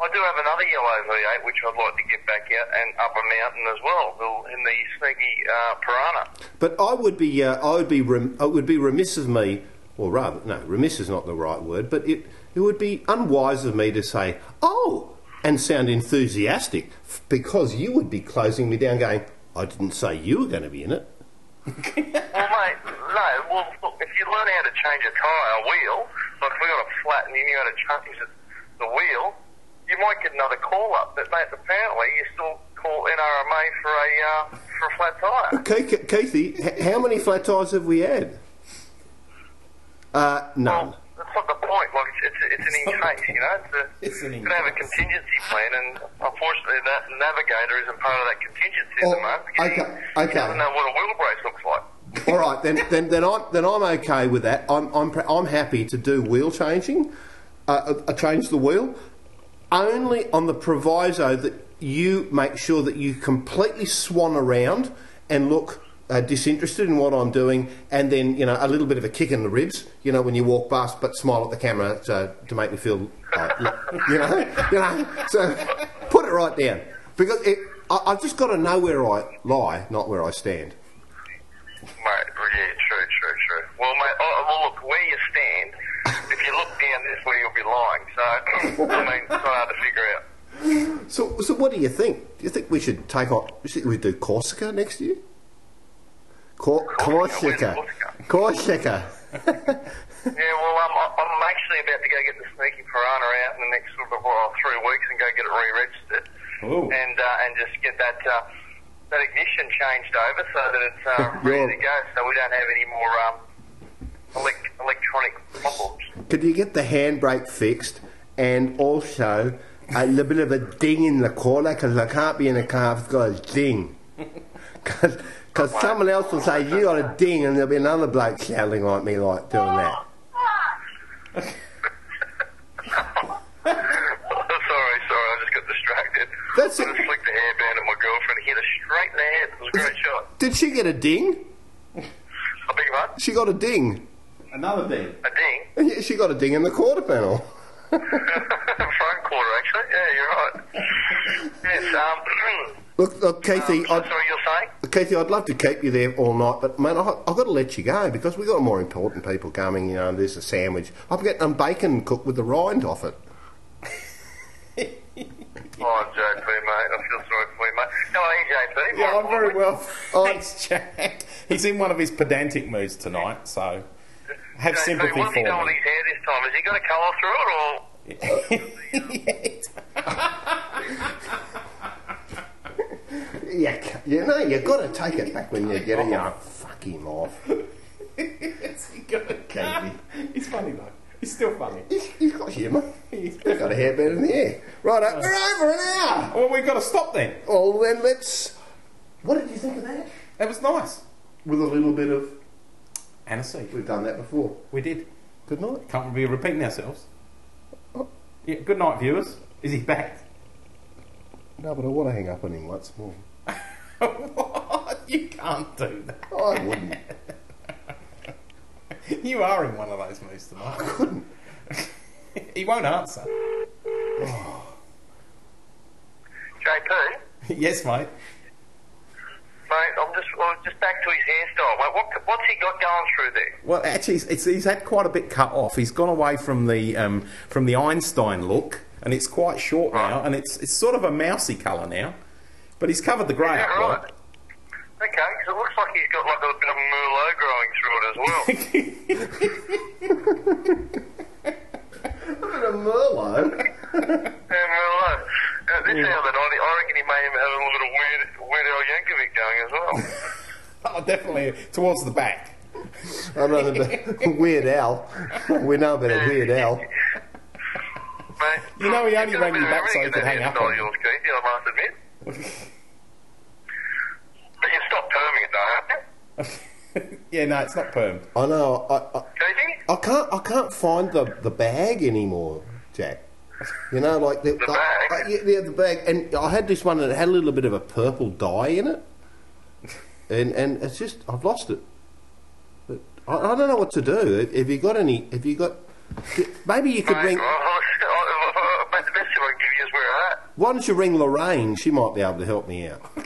Speaker 8: I do have another yellow V8 which I'd like to get back out and up a mountain as well, the- in the sneaky uh, Piranha.
Speaker 5: But I would be, uh, I would be, rem- it would be remiss of me, or rather, no, remiss is not the right word, but it, it would be unwise of me to say, oh, and sound enthusiastic, f- because you would be closing me down, going, I didn't say you were going to be in it.
Speaker 8: Well, mate, no. Well, look, if you learn how to change a tyre a wheel, like if we got a flat and you knew how to change the, the wheel, you might get another call up. But mate, apparently you still call NRMA for a uh, for a flat tyre.
Speaker 5: Keith, Keithy, h- how many flat tires have we had? Uh, none.
Speaker 8: Well, that's not the point. Like it's it's, it's an in case, you know. It's, a,
Speaker 10: It's an in
Speaker 8: gonna have a
Speaker 10: case.
Speaker 8: contingency plan, and unfortunately, that navigator isn't part of that contingency at the
Speaker 5: Oh,
Speaker 8: moment. because
Speaker 5: okay,
Speaker 8: he,
Speaker 5: okay.
Speaker 8: He doesn't know what a wheel brace looks like.
Speaker 5: All right, then, then, then I'm then I'm okay with that. I'm I'm pre- I'm happy to do wheel changing. Uh, I, I change the wheel only on the proviso that you make sure that you completely swan around and look uh, disinterested in what I'm doing, and then you know a little bit of a kick in the ribs, you know, when you walk past, but smile at the camera to, to make me feel, uh, lo- you know, you know. So put it right down because it, I, I've just got to know where I lie, not where I stand.
Speaker 8: Mate, yeah, true, true, true. Well, mate, oh, well, look, where you stand, if you look down, that's where you'll be lying. So, I mean, it's not hard to figure out.
Speaker 5: So, so what do you think? Do you think we should take on? You think we do Corsica next year? Cor- Corsica,
Speaker 8: Corsica,
Speaker 5: Corsica.
Speaker 8: Yeah, well, I'm, I'm actually about to go get the sneaky piranha out in the next sort of well, three weeks and go get it re-registered,
Speaker 10: Ooh.
Speaker 8: and uh, and just get that uh, that ignition changed over so that it's uh, ready to go, so we don't have any more um, elec- electronic problems.
Speaker 5: Could you get the handbrake fixed and also a little bit of a ding in the corner because I can't be in a car if it's got a ding. Because someone else will say, you got a ding, and there'll be another bloke shouting at me like doing that.
Speaker 8: sorry, sorry, I just got distracted.
Speaker 5: That's
Speaker 8: I
Speaker 5: it.
Speaker 8: just flicked the hairband at my girlfriend and hit her straight in the head. It was a great shot.
Speaker 5: Did she get a ding?
Speaker 8: I beg your pardon?
Speaker 5: She got a ding.
Speaker 10: Another thing.
Speaker 8: A ding?
Speaker 5: And yet she got a ding in the quarter panel.
Speaker 8: Front quarter, actually. Yeah, you're right. yes, um...
Speaker 5: Look, look, Keithy,
Speaker 8: so
Speaker 5: I'd,
Speaker 8: sorry, you're saying?
Speaker 5: Keithy, I'd love to keep you there all night, but man, I, I've got to let you go because we've got more important people coming. You know, there's a sandwich. I'm getting a bacon cooked with the rind off it.
Speaker 8: Oh, JP, mate. I feel sorry for you, mate. How are you, JP?
Speaker 6: Yeah, I'm very well.
Speaker 5: Oh.
Speaker 6: Thanks, Jack. He's in one of his pedantic moods tonight, so have
Speaker 8: JP,
Speaker 6: sympathy
Speaker 8: what's he done
Speaker 6: for
Speaker 8: with his hair this time? Has he got a colour through it, or...
Speaker 6: me.
Speaker 5: Yeah, c- you know, you've got to take it back when you get it. You know, fuck him off.
Speaker 6: It's good.
Speaker 5: Keithy.
Speaker 6: He's funny though. He's still funny.
Speaker 5: He's, he's got humour.
Speaker 6: He's
Speaker 5: He's got a hairband in the air. Right, up, we're over an hour.
Speaker 6: Well, we've got to stop then.
Speaker 5: Well, then let's. What did you think of that?
Speaker 6: That was nice.
Speaker 5: With a little bit of.
Speaker 6: Aniseed.
Speaker 5: We've done that before.
Speaker 6: We did.
Speaker 5: Good night.
Speaker 6: Can't be repeating ourselves. Yeah, good night, viewers. Is he back?
Speaker 5: No, but I want to hang up on him once more.
Speaker 6: what? You can't do that.
Speaker 5: I wouldn't.
Speaker 6: You are in one of those moods tonight. I couldn't. he won't answer.
Speaker 8: JP?
Speaker 6: yes, mate.
Speaker 8: Mate, I'm just, well, just back to his hairstyle. Mate, what, what's he got going through there?
Speaker 6: Well, actually, it's, it's, he's had quite a bit cut off. He's gone away from the um, from the Einstein look, and it's quite short now, and it's it's sort of a mousy colour now. But he's covered the grey
Speaker 8: Is
Speaker 6: up,
Speaker 8: that
Speaker 6: right?
Speaker 8: right? Okay, because it looks like he's got like a bit of a Merlot growing through it as well.
Speaker 5: Look at a Merlot.
Speaker 8: yeah, Merlot. Uh, this sounded odd. I reckon he may even have a little bit of Weird, weird Al Yankovic going as well.
Speaker 6: Oh, definitely towards the back.
Speaker 5: I'd rather be Weird Al. We know about a Weird Al.
Speaker 8: Mate,
Speaker 6: You know, he only
Speaker 8: you've got
Speaker 6: rang
Speaker 8: a bit
Speaker 6: me
Speaker 8: of
Speaker 6: back so
Speaker 8: everything
Speaker 6: he
Speaker 8: in
Speaker 6: could
Speaker 8: that
Speaker 6: hang up
Speaker 8: hairstyle
Speaker 6: on
Speaker 8: of
Speaker 6: me.
Speaker 8: yours, Keith, I must admit. but you've stopped perming it though, haven't you?
Speaker 6: yeah, no, it's not perm.
Speaker 5: I know. I, I,
Speaker 8: Keithy?
Speaker 5: I can't. I can't find the, the bag anymore, Jack. You know, like the, the
Speaker 8: bag?
Speaker 5: yeah, yeah, the bag. And I had this one that had a little bit of a purple dye in it, and and it's just I've lost it. But I, I don't know what to do. Have you got any? Have you got? Maybe you could
Speaker 8: Mate,
Speaker 5: ring.
Speaker 8: well, I- I- I- mate, the best thing I can give you is wear a hat.
Speaker 5: Why don't you ring Lorraine? She might be able to help me out.
Speaker 8: Uh,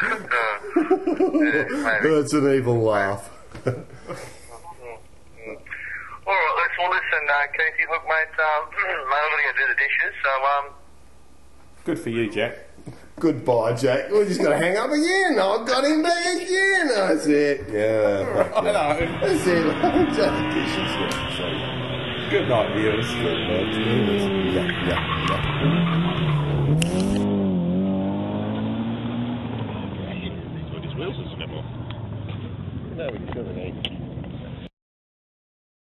Speaker 8: yeah, maybe.
Speaker 5: That's an evil laugh.
Speaker 8: All right, let's well listen, uh, Keithy. Look, mate, um, mate, I'm going to go do the dishes, so um,
Speaker 6: Good for you, Jack.
Speaker 5: Goodbye, Jack. We're just going to hang up again. I've got him back again. That's it. Yeah.
Speaker 6: I know.
Speaker 5: That's it. Jack, it's just me. Sorry.
Speaker 6: Good night, viewers.
Speaker 5: Yeah, yeah, yeah.
Speaker 4: He's got his wheels and stuff off. No, he should have.